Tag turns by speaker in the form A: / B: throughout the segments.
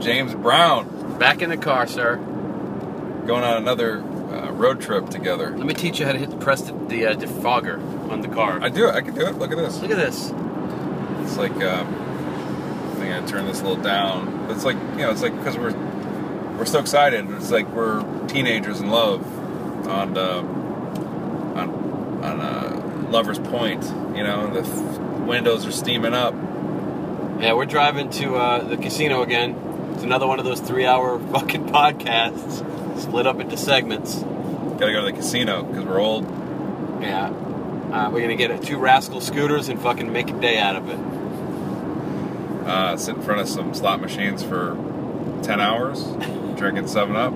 A: James Brown
B: Back in the car, sir.
A: going on another uh, road trip together.
B: Let me teach you how to hit press the, the uh, defogger on the car.
A: I do it. I can do it. Look at this.
B: Look at this.
A: It's like um, I think I turn this a little down. It's like you know, it's like because we're we're so excited. It's like we're teenagers in love on uh, on on uh, Lover's Point. You know, the f- windows are steaming up.
B: Yeah, we're driving to uh, the casino again. It's another one of those three-hour fucking podcasts split up into segments.
A: Gotta go to the casino because we're old.
B: Yeah. Uh, we're gonna get uh, two rascal scooters and fucking make a day out of it.
A: Uh, sit in front of some slot machines for ten hours, drinking Seven Up.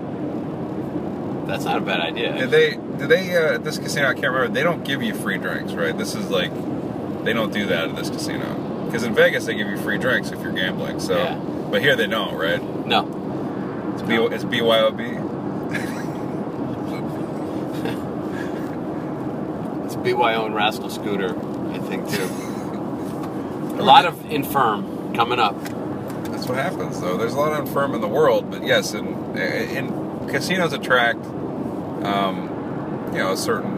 B: That's not a bad idea.
A: Did they? Did they? Uh, at this casino, I can't remember. They don't give you free drinks, right? This is like, they don't do that at this casino. Because in Vegas, they give you free drinks if you're gambling. So,
B: Yeah.
A: but here they don't, right?
B: No.
A: It's, B, it's BYOB.
B: It's BYO and rascal scooter, I think too. a lot of infirm coming up.
A: That's what happens, though. There's a lot of infirm in the world, but yes, and in, casinos attract, um, you know, a certain,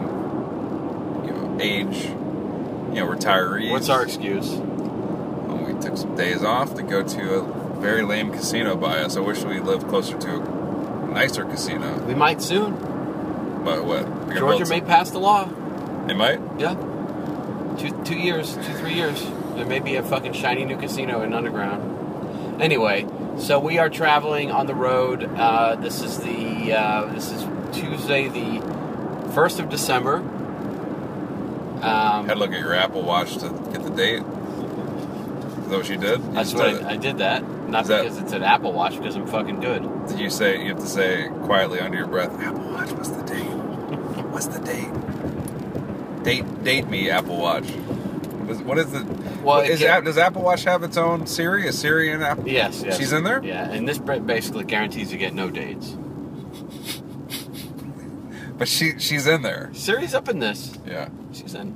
A: you know, age, you know, retirees.
B: What's our excuse?
A: Well, we took some days off to go to a very lame casino by us. I wish we lived closer to a nicer casino.
B: We might soon.
A: But what? They're gonna
B: Georgia
A: build
B: may pass the law.
A: some- They might.
B: Yeah. Two two years, two three years. There may be a fucking shiny new casino in underground. Anyway, so we are traveling on the road. Uh, this is the uh, this is Tuesday, the first of December. Um,
A: Had to look at your Apple Watch to get the date. Is that what you did? You
B: that's
A: just
B: what
A: did
B: I, I did that. Not
A: Is that-
B: because it's an Apple Watch, because I'm fucking good.
A: it. Did you say you have to say quietly under your breath, Apple Watch, what's the date? What's the date? Date date me, Apple Watch. What is- What is the?
B: Well, it
A: is,
B: can-
A: App- does Apple Watch have its own Siri? Is Siri in Apple?
B: Yes, yes.
A: She's in there.
B: Yeah, and this ba- basically guarantees you get no dates.
A: But she she's in there.
B: Siri's up in this.
A: Yeah.
B: She's in.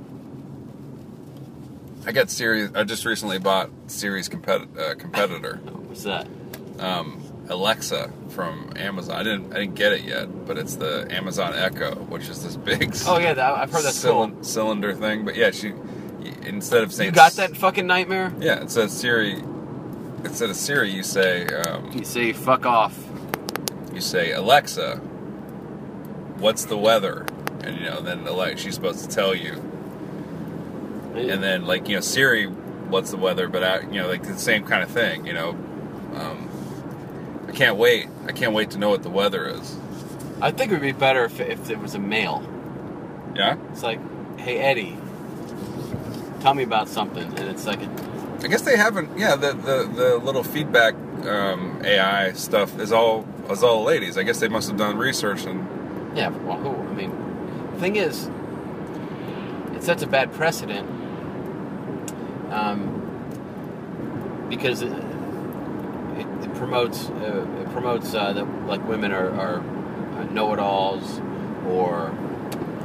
A: I got Siri. I just recently bought Siri's compet, uh, competitor,
B: Oh, what's that?
A: um, Alexa from Amazon. I didn't I didn't get it yet, but it's the Amazon Echo, which is this big
B: Oh yeah, that, I've heard that's cool.
A: cyl- cylinder thing. But yeah, she instead of saying
B: You got that fucking nightmare?
A: Yeah, it says Siri. Instead of Siri, you say um,
B: You say fuck off.
A: you say Alexa, what's the weather? And you know, then Alexa, she's supposed to tell you. and then like you know Siri, what's the weather? But I, you know, like the same kind of thing. You know, um, I can't wait. I can't wait to know what the weather is.
B: I think it would be better if, if it was a male.
A: Yeah,
B: It's like, hey Eddie, tell me about something, and it's like,
A: I guess they haven't. Yeah, the the, the little feedback um, AI stuff is all is all ladies. I guess they must have done research and
B: yeah, well, who? I mean, the thing is, it sets a bad precedent um, because it, it, it promotes uh, it promotes uh, that like women are, are know-it-alls or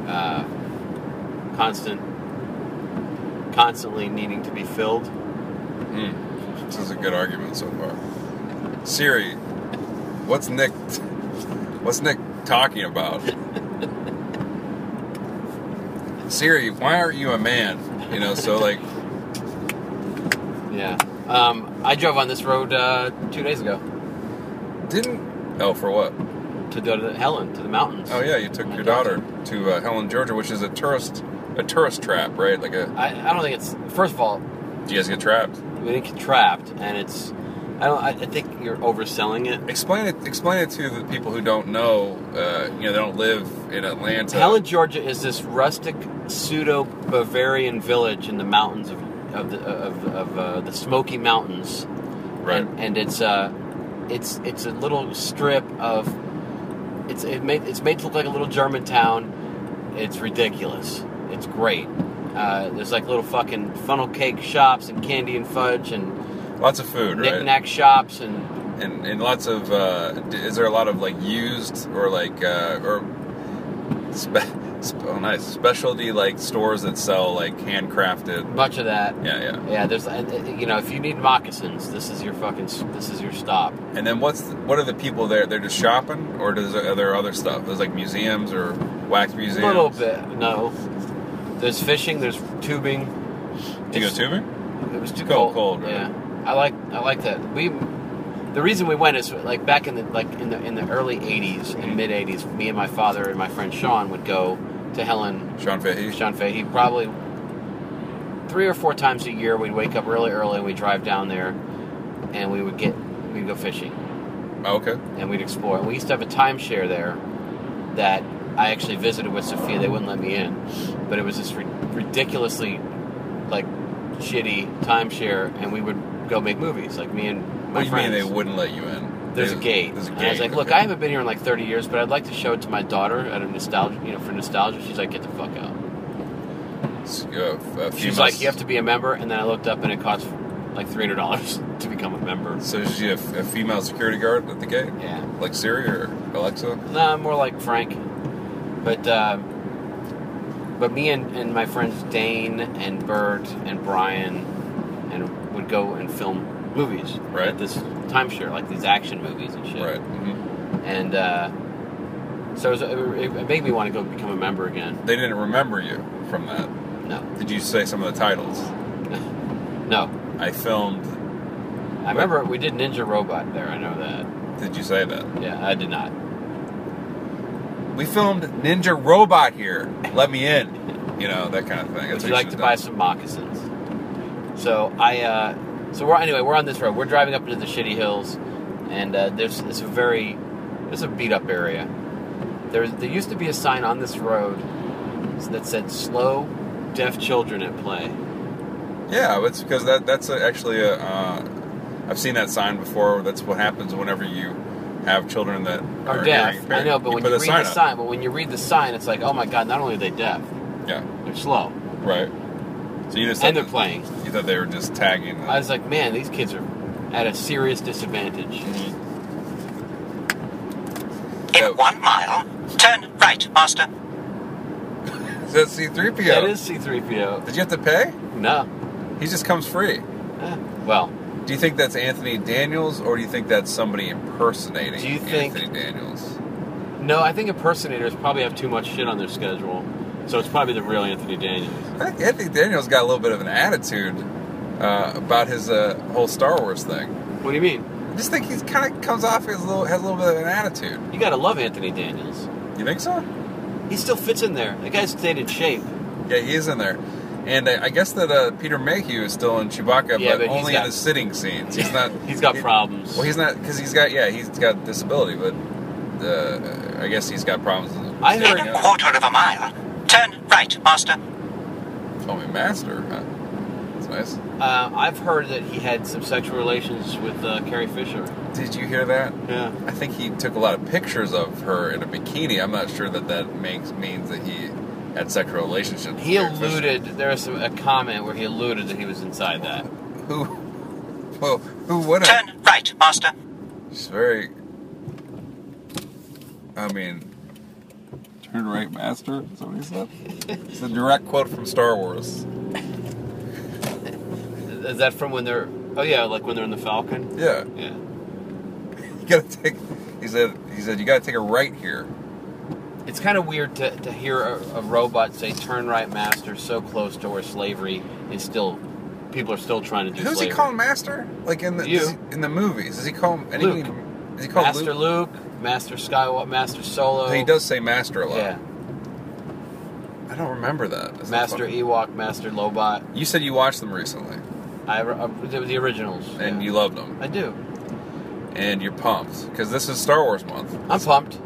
B: uh, constant constantly needing to be filled.
A: hmm, this is a good argument so far. Siri, what's Nick? What's Nick talking about? Siri, why aren't you a man? You know, so like.
B: Yeah. Um, I drove on this road uh, two days ago
A: Didn't. Oh, for what?
B: to go to Helen, to the mountains.
A: Oh yeah, you took your daughter to uh, Helen, Georgia, which is a tourist a tourist trap, right? Like a
B: I, I don't think it's. First of all,
A: do you guys get trapped?
B: we didn't get trapped, and it's. I don't. I, I think you're overselling it.
A: Explain it. Explain it to the people who don't know. Uh, you know, they don't live in Atlanta.
B: Helen, Georgia, is this rustic pseudo Bavarian village in the mountains of of the, of, of uh, the Smoky Mountains,
A: right?
B: And, and it's uh, it's it's a little strip of. It's it made it's made to look like a little German town. It's ridiculous. It's great. Uh, there's like little fucking funnel cake shops and candy and fudge and
A: lots of food,
B: knick
A: right?
B: knack shops and
A: And and lots of. Uh, d- is there a lot of like used or like uh, or spe- Sp- Oh, nice specialty like stores that sell like handcrafted.
B: Much of that.
A: Yeah, yeah.
B: Yeah, there's, uh, uh, you know, if you need moccasins, this is your fucking, s- this is your stop.
A: And then what's what are the people there? They're just shopping, or does are there other stuff? There's like museums or wax museums.
B: A little bit, no. There's fishing, there's tubing.
A: Do you go
B: It's-
A: tubing?
B: It was too
A: Cold,
B: cold.
A: cold, right?
B: Yeah, I like I like that. We the reason we went is like back in the like in the in the early '80s
A: Mm-hmm.
B: and mid '80s. Me and my father and my friend Sean would go to Helen
A: Sean Fahey.
B: Sean Fahey probably three or four times a year. We'd wake up really early and we'd drive down there, and we would get we'd go fishing
A: Oh, okay.
B: and we'd explore. And we used to have a timeshare there that I actually visited with Sophia. They wouldn't let me in, but it was this ri- ridiculously like shitty timeshare, and we would go make movies. Like me and my
A: What do you mean
B: friends.
A: they wouldn't let you in?
B: there's a gate.
A: There's a
B: And I was
A: gate,
B: like, look,
A: okay.
B: I haven't been here in like 30 years, but I'd like to show it to my daughter out of nostalgia, you know, for nostalgia. She's like, get the fuck out.
A: S- uh, a few
B: She's
A: months-
B: like, you have to be a member, and then I looked up and it cost like $300 to become a member.
A: So is she a, a female security guard at the gate,
B: Yeah.
A: like Siri or Alexa?
B: Nah, more like Frank. But uh, but me and, and my friends Dane and Bird and Brian and would go and film movies
A: Right.
B: at this timeshare, like these action movies and shit.
A: Right. hmm
B: And uh, so it, was, it, it made me want to go become a member again.
A: They didn't remember you from that.
B: No,
A: Did you say some of the titles?
B: no.
A: I filmed.
B: I remember we did Ninja Robot there. I know that.
A: Did you say that?
B: Yeah, I did not.
A: We filmed Ninja Robot here. Let me in. You know that kind of thing.
B: Would
A: That's
B: you
A: what
B: like to
A: should've
B: buy
A: done.
B: some moccasins? So I, uh, so we're anyway. We're on this road. We're driving up into the shitty hills, and uh, there's it's a very, it's a beat up area. There, there used to be a sign on this road that said "Slow, deaf children at play."
A: Yeah, it's because that that's a, actually a. Uh, I've seen that sign before. That's what happens whenever you have children that
B: Or
A: are
B: deaf.
A: hearing
B: Oh, I
A: impaired.
B: know, but
A: You
B: when
A: put
B: you
A: a
B: read
A: sign
B: the
A: up.
B: sign, but when you read the sign, it's like, oh my god! Not only are they deaf,
A: Yeah.
B: they're slow
A: Right. So you just
B: and they're
A: thought-
B: playing.
A: You thought they were just tagging. them.
B: I was like, man, these kids are at a serious disadvantage.
C: In
A: Oh.
C: one mile, turn right, master.
A: Is that C3PO?
B: That is C-3PO.
A: Did you have to pay?
B: No,
A: He just comes free.
B: Eh, well.
A: Do you think that's Anthony Daniels, or do you think that's somebody impersonating
B: Do you think-
A: Anthony Daniels?
B: No, I think impersonators probably have too much shit on their schedule, so it's probably the real Anthony Daniels.
A: I think Anthony Daniels got a little bit of an attitude uh, about his uh, whole Star Wars thing.
B: What do you mean?
A: I just think he's kind of comes off as a little has a little bit of an attitude.
B: You gotta love Anthony Daniels.
A: You think so?
B: He still fits in there. That guy stayed in shape.
A: Yeah, he is in there. And I I guess that uh, Peter Mayhew is still in Chewbacca,
B: Yeah, but
A: but
B: he's
A: only
B: got-
A: in the sitting scenes. He's not.
B: He's got
A: he-
B: problems.
A: Well, he's not because he's got yeah he's got disability, but uh, I guess he's got problems. with-
B: I
C: In
B: heard-
C: a quarter of a mile, turn right, master.
A: Call me master. Huh? That's nice.
B: uh, I've heard that he had some sexual relations with uh, Carrie Fisher.
A: Did you hear that?
B: Yeah.
A: I think he took a lot of pictures of her in a bikini. I'm not sure that that makes means that he had sexual relationships. with
B: He
A: Carrie Fisher.
B: alluded. There was some, a comment where he alluded that he was inside that.
A: Who? Well, who would have?
C: Turn right, master.
A: She's very. I mean. Turn right, master. Is that what he said? it's a direct quote from Star Wars.
B: Is that from when they're? Oh yeah, like when they're in the Falcon.
A: Yeah.
B: Yeah.
A: You gotta take. He said. He said you gotta take a right here.
B: It's kind of weird to, to hear a, a robot say "turn right, master" so close to where slavery is still. People are still trying to do.
A: Who's
B: slavery.
A: he calling master? Like in the
B: You.
A: does he- in the movies? Does he call him anything?
B: Luke.
A: Is he called
B: Master
A: Luke?
B: Luke? Master Skywalker, Master Solo.
A: He does say master a lot.
B: Yeah,
A: I don't remember that. That's
B: Master E.
A: funny.
B: Ewok, Master Lobot.
A: You said you watched them recently
B: I re- uh, the the originals.
A: and
B: yeah.
A: you loved them
B: I do.
A: and you're pumped because this is Star Wars month.
B: I'm pumped.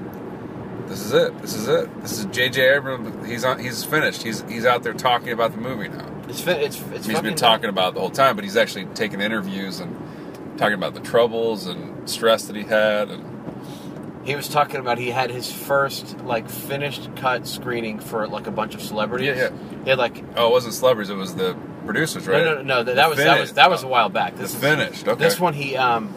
A: This is it. This is it. This is J.J. Abrams. He's on. He's finished. He's he's out there talking about the movie now.
B: It's fi- it's it's.
A: He's been
B: fucking-
A: talking about it the whole time, but he's actually taking interviews and talking about the troubles and stress that he had. And
B: He was talking about he had his first like finished cut screening for like a bunch of celebrities.
A: Yeah,
B: They had like
A: oh, it wasn't celebrities. It was the producers, right?
B: No, no, no. That, that was that was that was a while back.
A: This
B: This is
A: finished. Okay.
B: This one, he um,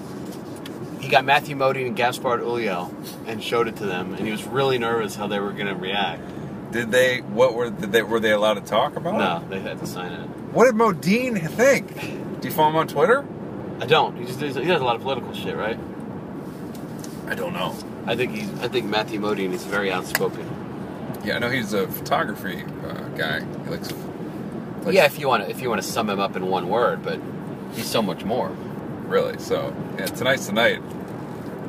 B: he got Matthew Modine and Gaspard Ulliel and showed it to them, and he was really nervous how they were going to react.
A: Did they? What were did they? Were they allowed to talk about?
B: No, they had to sign it.
A: it? What did Modine think? Do you follow him on Twitter?
B: I don't. He just does, he does a lot of political shit, right?
A: I don't know.
B: I think he's. I think Matthew Modine is very outspoken.
A: Yeah, I know he's a photography uh, guy. He likes. likes
B: yeah, if you want to, if you want to sum him up in one word, but he's so much more.
A: Really. So yeah, tonight's the night.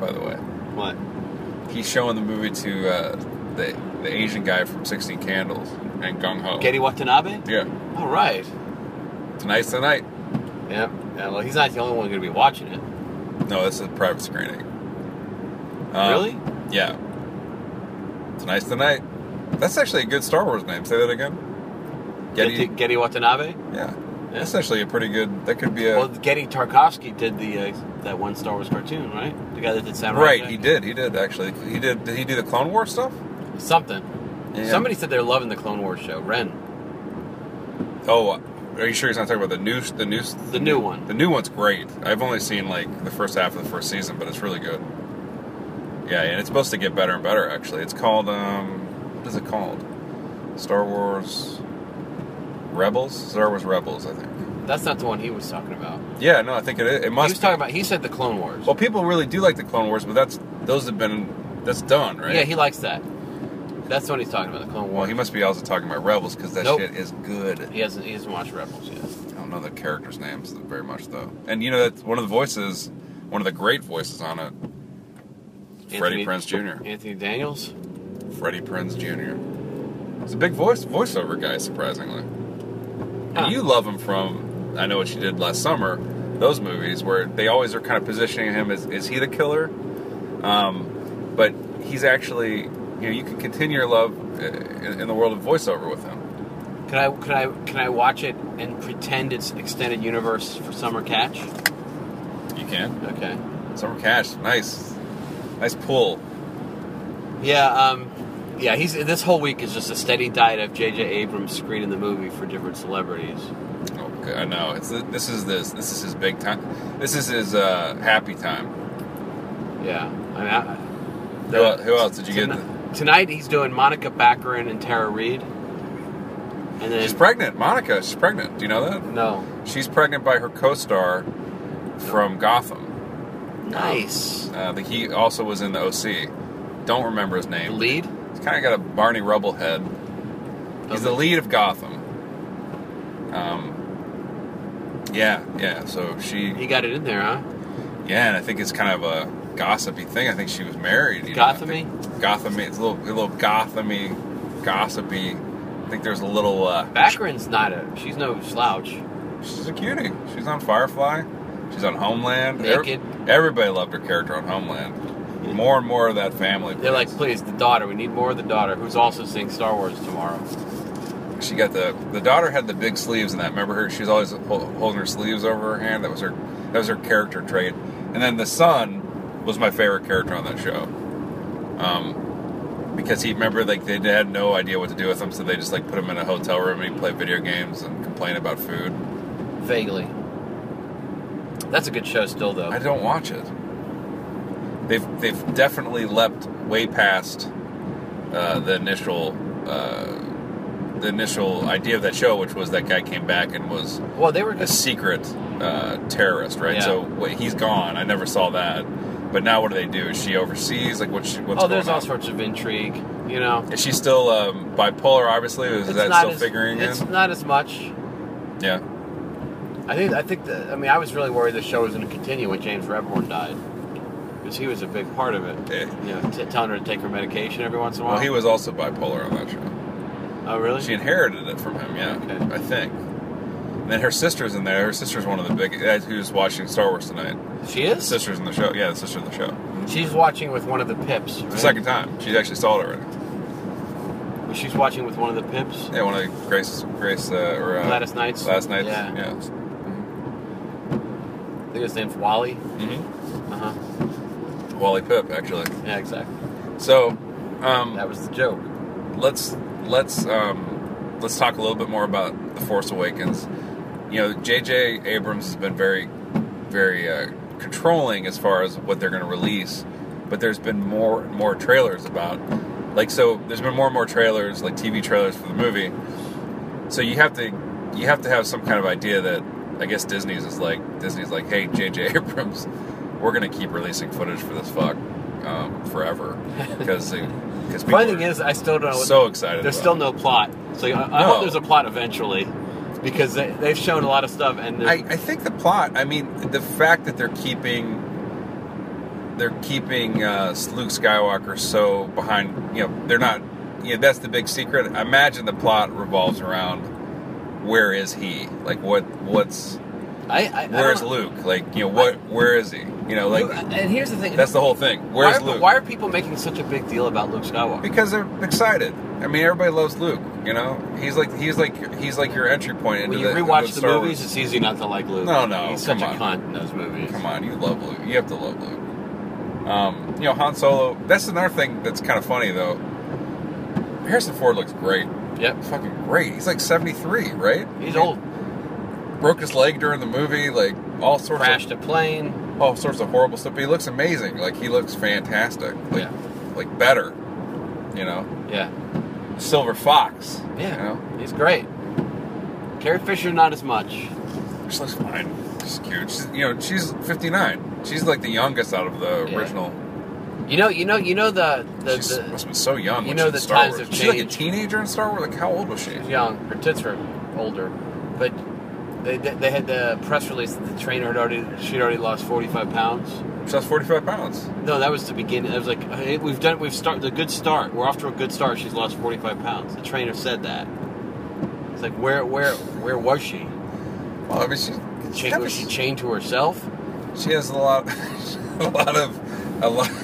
A: By the way,
B: What?
A: he's showing the movie to uh, the the Asian guy from Sixteen Candles and Gung Ho.
B: Getty Watanabe?
A: Yeah.
B: All right.
A: Tonight's the night.
B: Yeah. yeah. Well, he's not the only one going to be watching it.
A: No, this is a private screening. Um,
B: Really?
A: Yeah. Tonight's the night. That's actually a good Star Wars name. Say that again. Getty.
B: Getty, Getty Watanabe.
A: yeah. That's actually a pretty good. That could be a.
B: Well, Getty Tarkovsky did the uh, that one Star Wars cartoon, right? The guy that did Samurai.
A: right.
B: Jack?
A: He did. He did actually. He did. Did he do the Clone War stuff?
B: something.
A: Yeah.
B: Somebody said they're loving the Clone Wars show. Ren,
A: Oh, are you sure he's not talking about the new? The new.
B: the new one.
A: The new one's great. I've only seen like the first half of the first season, but it's really good. Yeah, and it's supposed to get better and better. Actually, it's called um, what is it called? Star Wars Rebels. Star Wars Rebels, I think.
B: That's not the one he was talking about.
A: Yeah, no, I think it is. It
B: He
A: must.
B: was talking about. He said the Clone Wars.
A: Well, people really do like the Clone Wars, but that's those have been that's done, right?
B: Yeah, he likes that. That's what he's talking about. The Clone
A: well,
B: Wars.
A: he must be also talking about Rebels because that
B: Nope.
A: shit is good.
B: He hasn't. He hasn't watched Rebels yet.
A: I don't know the characters' names very much though, and you know that's one of the voices, one of the great voices on it, Freddie Prinze Jr.
B: Anthony Daniels.
A: Freddie Prinz Jr. He's a big voice voiceover guy, surprisingly.
B: Huh.
A: And you love him from I know what you did last summer. Those movies where they always are kind of positioning him as is he the killer? Um, but he's actually you know you can continue your love uh, in, in the world of voiceover with him.
B: Can I? Can I? Can I watch it and pretend it's extended universe for summer catch?
A: You can
B: Okay.
A: summer cash, nice, nice pull.
B: Yeah. Um. Yeah. He's. This whole week is just a steady diet of J.J. Abrams screening the movie for different celebrities.
A: Okay, Oh, I know it's the, this is this this is his big time. This is his uh, happy time.
B: Yeah. I mean. I,
A: Who, el- who else did you get?
B: Tonight, tonight he's doing Monica Baccarin and Tara Reid. And then
A: She's pregnant, Monica. She's pregnant. Do you know that?
B: no.
A: She's pregnant by her co-star from Gotham.
B: Nice.
A: Uh, the, he also was in the OC. Don't remember his
B: The
A: name.
B: lead.
A: He's kind of got a Barney Rubble head. He's the lead of Gotham. Um, yeah, yeah. So she,
B: He got it in there, huh?
A: yeah, and I think it's kind of a gossipy thing. I think she was married. you know, I think- Gothamy. It's a little, a little Gothamy, gossipy. I think there's a little. Uh,
B: Baccarin's not a. She's no slouch.
A: She's a cutie. She's on Firefly. She's on Homeland. Ev-
B: Naked.
A: everybody loved her character on Homeland. More and more of that family.
B: They're like, please, the daughter. We need more of the daughter, who's also seeing Star Wars tomorrow.
A: she got the the daughter had the big sleeves in that. Remember her? She was always hol- holding her sleeves over her hand. That was her that was her character trait. And then the son was my favorite character on that show. Um, because he remember like they had no idea what to do with him, so they just like put him in a hotel room and he played video games and complained about food.
B: Vaguely. That's a good show still, though.
A: I don't watch it. They've they've definitely leapt way past uh, the initial uh, the initial idea of that show, which was that guy came back and was
B: Well, they were
A: a
B: just.
A: secret uh, terrorist, right?
B: Yeah.
A: So wait, he's gone. I never saw that. But now, what do they do? Is she overseas? Like, what's she, what's
B: Oh, there's
A: going
B: all
A: on?
B: sorts of intrigue. You know,
A: Is she still um, bipolar? Obviously, is
B: It's
A: that
B: not
A: still
B: as,
A: figuring
B: It's
A: in?
B: not as much.
A: Yeah.
B: I think. I think. The, I mean, I was really worried the show was going to continue when James Redbourne died, because he was a big part of it.
A: Eh.
B: You know, t- telling her to take her medication every once in a while.
A: Well, he was also bipolar on that show.
B: Oh, really?
A: She inherited it from him, yeah,
B: Okay.
A: I think. And then her sister's in there. Her sister's one of the big. uh, Who's watching Star Wars tonight?
B: she
A: The
B: is.
A: sister's in the show. Yeah, the sister in the show.
B: She's watching with one of the pips.
A: The
B: right?
A: second time she actually saw it already.
B: She's watching with one of the pips.
A: Yeah, one of Grace, Grace, uh, or uh,
B: Gladys Knight's.
A: Last night.
B: Yeah.
A: Yeah.
B: I think his name's Wally.
A: hmm
B: Uh huh.
A: Wally Pip, actually.
B: Yeah, exactly.
A: So, um,
B: That was the joke.
A: let's let's um, let's talk a little bit more about the Force Awakens. You know, J.J. Abrams has been very, very uh, controlling as far as what they're going to release, but there's been more and more trailers about like so there's been more and more trailers like tv trailers for the movie so you have to you have to have some kind of idea that i guess disney's is like disney's like hey jj abrams we're gonna keep releasing footage for this fuck um, forever because because
B: Funny thing is, I still don't know. What,
A: so excited
B: there's
A: about
B: still no
A: it.
B: plot. So I, I
A: No.
B: hope there's a plot eventually, because they, they've shown a lot of stuff and
A: I,
B: there's-
A: I think the plot. I mean, the fact that they're keeping they're keeping uh, Luke Skywalker so behind. You know, they're not. You know, that's the big secret. I imagine the plot revolves around where is he? Like, what? What's
B: I, I, I
A: where is
B: don't-
A: Luke? Like, you know, what? Where is he? You know, like
B: and here's the thing.
A: that's the whole thing. Where's
B: why, are-
A: Luke?
B: Why are people making such a big deal about Luke Skywalker?
A: Because they're excited. I mean, everybody loves Luke. You know, he's like he's like he's like your entry point into
B: When you
A: the,
B: rewatch
A: into
B: the,
A: Star Wars.
B: movies, it's easy not to like Luke.
A: No, no,
B: he's
A: come
B: such a
A: on.
B: cunt in those movies.
A: Come on, you love Luke. You have to love Luke. Um, you know, Han Solo. That's another thing that's kind of funny though. Harrison Ford looks great.
B: Yep,
A: Fucking great. He's like 73, right?
B: he's
A: He
B: old.
A: Broke his leg during the movie. Like all sorts
B: Crashed a plane.
A: of all sorts of horrible stuff. But he looks amazing. Like he looks fantastic. Like
B: Yeah.
A: like better. You know,
B: Yeah,
A: Silver Fox.
B: yeah,
A: You know,
B: he's great. Carrie Fisher, not as much.
A: she looks fine. She's cute. She's you know she's 59. She's like the youngest out of the
B: Yeah.
A: original.
B: You know, you know, you know the the,
A: She must
B: the
A: have been so young.
B: you
A: when
B: know
A: she was
B: the
A: in Star
B: times
A: Wars.
B: have
A: She's like a
B: changed.
A: teenager in Star Wars. Like how old was she?
B: young. Her tits were older, but they, they they had the press release that the trainer had already she'd already lost forty five pounds.
A: She was 45 pounds.
B: No, that was the beginning. It was like hey, we've done, we've started the good start. We're off to a good start. She's lost forty five pounds. The trainer said that. It's like where, where, where was she?
A: Well, I mean, she
B: Cha- was she chained to herself?
A: she has a lot, a lot of, a lot.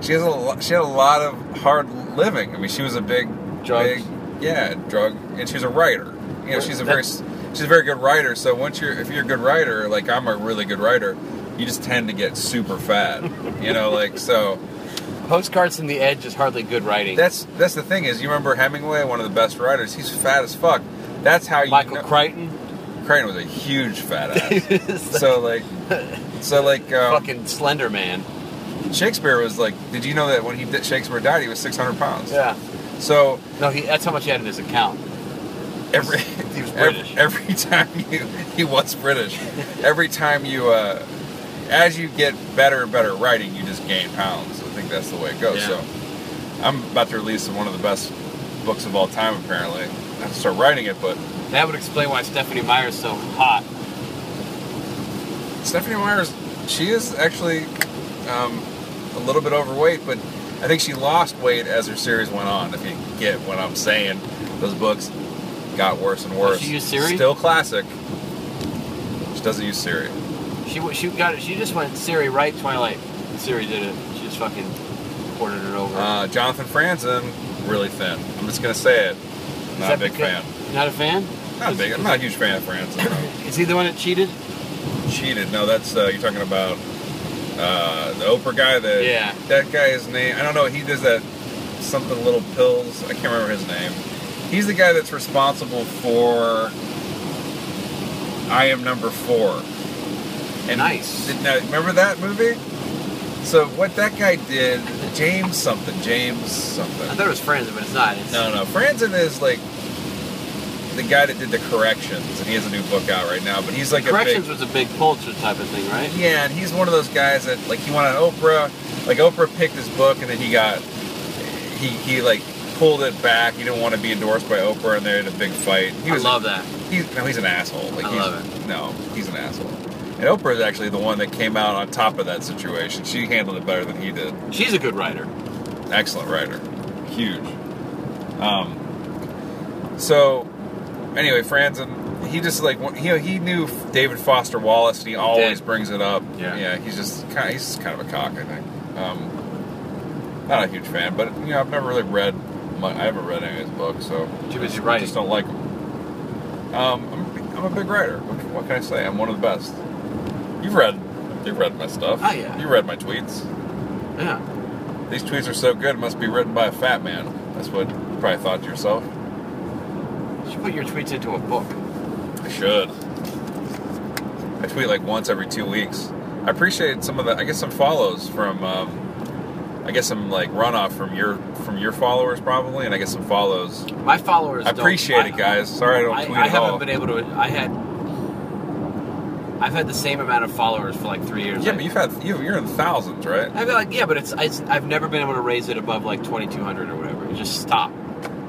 A: she has a lot, she had a lot of hard living. I mean, she was a big,
B: Drugs.
A: big, yeah, drug, and she's a writer. You know,
B: Well,
A: she's a very,
B: that's-
A: s- she's a very good writer. So once you're, if you're a good writer, like I'm a really good writer, you just tend to get super fat. you know, like so.
B: Postcards from the Edge is hardly good writing.
A: That's that's the thing is you remember Hemingway, one of the best writers. He's fat as fuck. That's how you.
B: Michael
A: know-
B: Crichton,
A: Crane was a huge fat ass. so like, so like, um,
B: fucking Slender Man.
A: Shakespeare was like, did you know that when he did Shakespeare died, he was 600 pounds?
B: Yeah.
A: So
B: No, he, that's how much he had in his account.
A: every
B: He was
A: ev-
B: British.
A: every time you he was British. every time you, uh, as you get better and better at writing, you just gain pounds. I think that's the way it goes.
B: Yeah.
A: So I'm about to release one of the best books of all time. Apparently, I have to start writing it, but
B: That would explain why Stephanie Meyer is so hot.
A: Stephanie Myers, she is actually um, a little bit overweight, but I think she lost weight as her series went on. If you get what I'm saying, those books got worse and worse.
B: Does she use Siri?
A: Still classic. She doesn't use Siri.
B: She w- she got it. She just went Siri right Twilight. Siri did it. She just fucking ported it over.
A: Uh, Jonathan Franzen, really thin. I'm just gonna say it.
B: Is
A: Not a
B: that
A: big
B: because-
A: fan.
B: Not a fan.
A: Not a
B: Is-
A: big. I'm not a huge fan of Franzen. no.
B: Is he the one that cheated?
A: Cheated. No, that's uh, you're talking about uh, the Oprah guy. That
B: Yeah.
A: That guy is name. I don't know. He does that something little pills. I can't remember his name. He's the guy that's responsible for I am number four.
B: Nice.
A: Did, now, remember that movie? So what that guy did, James something, James something.
B: I thought it was friends, but it's not. It's,
A: No, no. Franzen is like the guy that did the corrections, and he has a new book out right now. But he's like a big,
B: Corrections was a big Pulitzer type of thing, right?
A: yeah, and he's one of those guys that like he went on Oprah, like Oprah picked his book, and then he got he he like pulled it back. He didn't want to be endorsed by Oprah, and they had a big fight. He
B: I
A: was
B: love that.
A: he's, no, he's an asshole. Like
B: I
A: he's,
B: love
A: it. No, he's an asshole. And Oprah is actually the one that came out on top of that situation. She handled it better than he did.
B: She's a good writer.
A: Excellent writer, huge. Um, so anyway, Franzen, he just like when- he he knew David Foster Wallace, and he always
B: did.
A: brings it up.
B: Yeah.
A: yeah, he's just kind of, he's just kind of a cock, I think. Um, not a huge fan, but you know, I've never really read. mu I haven't read any of his books, so
B: She was
A: I
B: writing.
A: just don't like him. Um, I'm, I'm a big writer. What can, what can I say? I'm one of the best. You've read, you've read my stuff.
B: Oh, yeah.
A: You read my tweets.
B: Yeah.
A: These tweets are so good, it must be written by a fat man. That's what you probably thought to yourself.
B: You should put your tweets into a book.
A: I should. I tweet like once every two weeks. I appreciate some of the, I get some follows from um, I get some like runoff from your from your followers probably, and I get some follows.
B: My followers.
A: I
B: don't-
A: appreciate it,
B: I-
A: guys. Sorry I don't
B: I,
A: tweet
B: I
A: at
B: haven't
A: all.
B: been able to. I had. I've had the same amount of followers for like three years.
A: yeah,
B: I-
A: but you've had you, you're in the thousands, right?
B: I feel like yeah, but it's, it's I've never been able to raise it above like twenty two hundred or whatever. It just stopped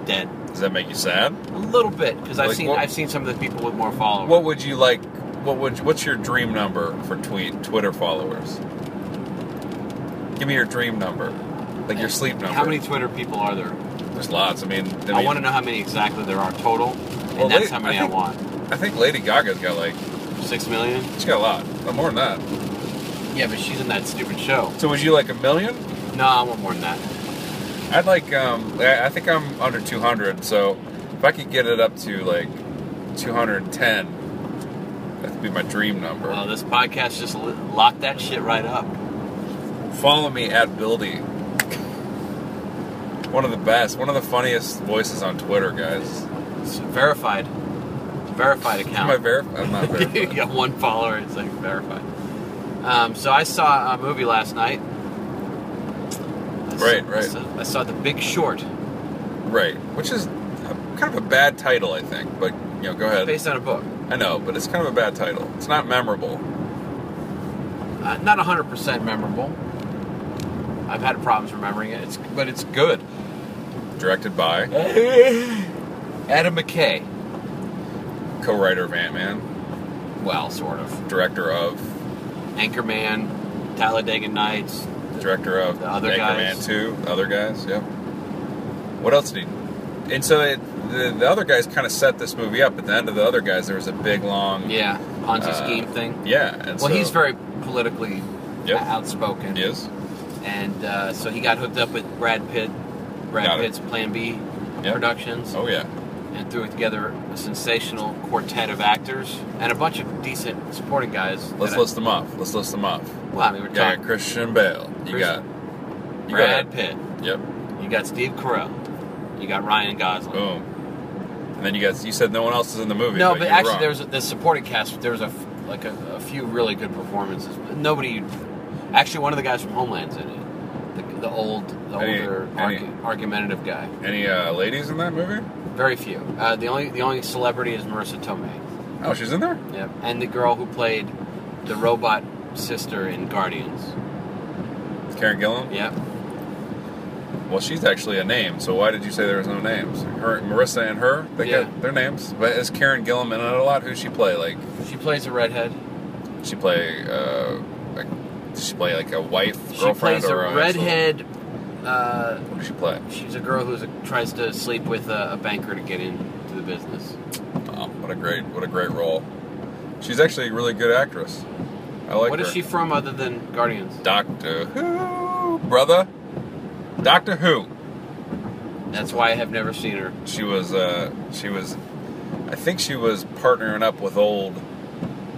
B: dead
A: Does that make you sad?
B: a little bit because I've
A: Like
B: seen
A: what-
B: I've seen some of the people with more followers.
A: What would you like? What would what's your dream number for tweet Twitter followers? Give me your dream number, like your sleep number.
B: How many Twitter people are there?
A: There's lots. I mean, I,
B: I, want to know how many exactly there are total, and
A: Well,
B: that's
A: they-
B: how many
A: I
B: I,
A: think-
B: want.
A: I think Lady Gaga's got like
B: Six million.
A: she's got a lot, but more than that.
B: Yeah, but she's in that stupid show.
A: So would you like a million?
B: No, I want more than that.
A: I'd like. Um, I I think I'm under 200. So if I could get it up to like 210, that'd be my dream number.
B: Well, Uh, this podcast just li- locked that shit right up.
A: Follow me at Buildy. One of the best, one of the funniest voices on Twitter, guys.
B: It's verified, verified
A: Am I
B: account.
A: verif- I'm not
B: you
A: verified.
B: got one follower. It's like verified. Um, so I saw a movie last night. I saw-
A: Right, right.
B: I saw, I saw The Big Short,
A: Right, which is a, kind of a bad title, I think. But you know, go ahead.
B: based on a book.
A: I know, but it's kind of a bad title. It's not memorable.
B: Uh, not 100% memorable. I've had problems remembering it, it's, but it's good.
A: Directed by
B: Adam McKay.
A: co-writer of Ant Man,
B: Well, sort of.
A: director of
B: Anchorman, Talladega Nights.
A: director of
B: The other
A: Anchorman
B: guys.
A: Two, the other guys. Yep. What else did he? And so it, the the other guys kind of set this movie up. At the end of the other guys, there was a big long
B: Yeah, Ponzi
A: Uh,
B: scheme thing.
A: Yeah, and
B: Well,
A: so-
B: he's very politically
A: Yep.
B: outspoken.
A: He is.
B: and uh, so he got hooked up with Brad Pitt, Brad
A: Got it.
B: Pitt's Plan B
A: Yeah.
B: Productions,
A: Oh yeah.
B: and threw together a sensational quartet of actors and a bunch of decent supporting guys.
A: Let's
B: that I-
A: list them off. Let's list them off.
B: Well, I mean, we're
A: You got
B: talking
A: Christian Bale. You
B: Christian-
A: got. You
B: Brad
A: got.
B: Pitt,
A: Yep.
B: you got Steve Carell, you got Ryan Gosling.
A: Boom. And then you got. You said no one else is in the movie.
B: no, but,
A: you're
B: actually,
A: wrong.
B: there was the supporting cast. There was a f- like a, a few really good performances. Nobody, you'd- actually, one of the guys from Homeland's in it. The, the old, the
A: Any-
B: older,
A: any-
B: argu- argumentative guy.
A: any uh, ladies in that movie?
B: Very few. Uh, the only the only celebrity is Marissa Tomei.
A: Oh, she's in there.
B: Yep. And the girl who played the robot sister in Guardians.
A: Karen Gillan.
B: Yep.
A: Well, she's actually a name. So why did you say there was no names? Her, Marissa and her. They
B: Yeah.
A: got their names. But is Karen Gillan in it a lot? Who she play? Like
B: She plays a redhead.
A: did she play. Uh, like, did she play like a wife,
B: She
A: girlfriend,
B: plays a
A: or actual-
B: redhead. Uh,
A: What did she play?
B: she's a girl who tries to sleep with a, a banker to get into the business.
A: Oh, what a great, what a great role. She's actually a really good actress. I like
B: What
A: her.
B: is she from other than Guardians?
A: Doctor Who, brother. Doctor Who.
B: That's why I have never seen her.
A: She was, uh, she was, I think she was partnering up with old,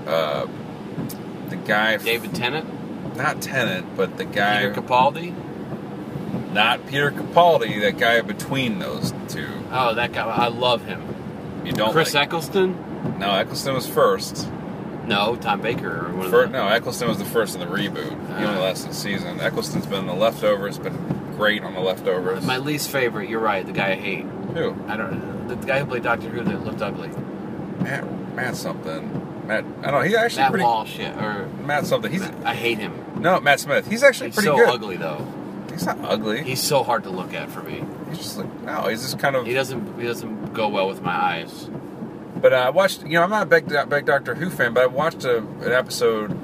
A: uh, the guy,
B: David Tennant,
A: not Tennant, but the guy,
B: Peter Capaldi.
A: not Peter Capaldi, that guy between those two.
B: Oh, that guy. I love him.
A: You don't
B: Chris
A: like,
B: Eccleston.
A: No, Eccleston was first.
B: No, Tom Baker. Or one of
A: Fir-
B: the-
A: no, Eccleston was the first in the reboot. He only
B: Ah.
A: lasted a season. Eccleston's been in the leftovers, been great on the leftovers.
B: My least favorite. You're right. The guy I hate.
A: Who?
B: I don't. The guy who played Doctor Who that looked ugly.
A: Matt, Matt something. Matt, I don't know, he's actually
B: Matt
A: pretty.
B: Walsh, yeah, or
A: Matt something. He's
B: I hate him.
A: no Matt Smith. He's actually
B: He's
A: pretty
B: so
A: good.
B: ugly though.
A: He's not ugly.
B: He's so hard to look at for me.
A: he's just like no. He's just kind of.
B: He doesn't he doesn't go well with my eyes.
A: But I watched. You know, I'm not a big, big Doctor Who fan, but I watched a, an episode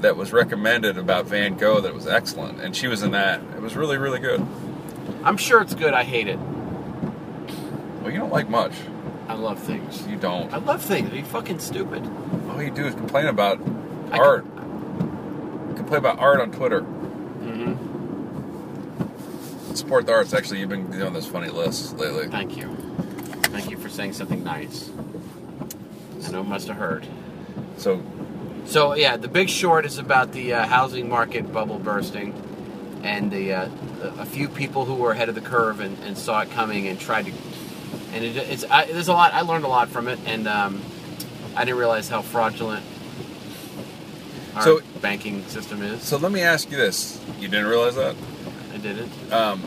A: that was recommended about Van Gogh that was excellent, and she was in that. It was really, really good.
B: I'm sure it's good. I hate it.
A: Well, you don't like much.
B: I love things.
A: You don't.
B: I love things. Are you fucking stupid?
A: All you do is complain about
B: I
A: art. Complain about art on Twitter.
B: Mm-hmm.
A: Support the arts. Actually, you've been doing this funny list lately.
B: Thank you. Thank you for saying something nice. I know it must have hurt.
A: So
B: So yeah, The Big Short is about the uh, housing market bubble bursting, and the, uh, the a few people who were ahead of the curve and, and saw it coming and tried to. And it, it's I, there's a lot I learned a lot from it, and um, I didn't realize how fraudulent our
A: So-
B: banking system is.
A: So let me ask you this. You didn't realize that?
B: didn't.
A: Um,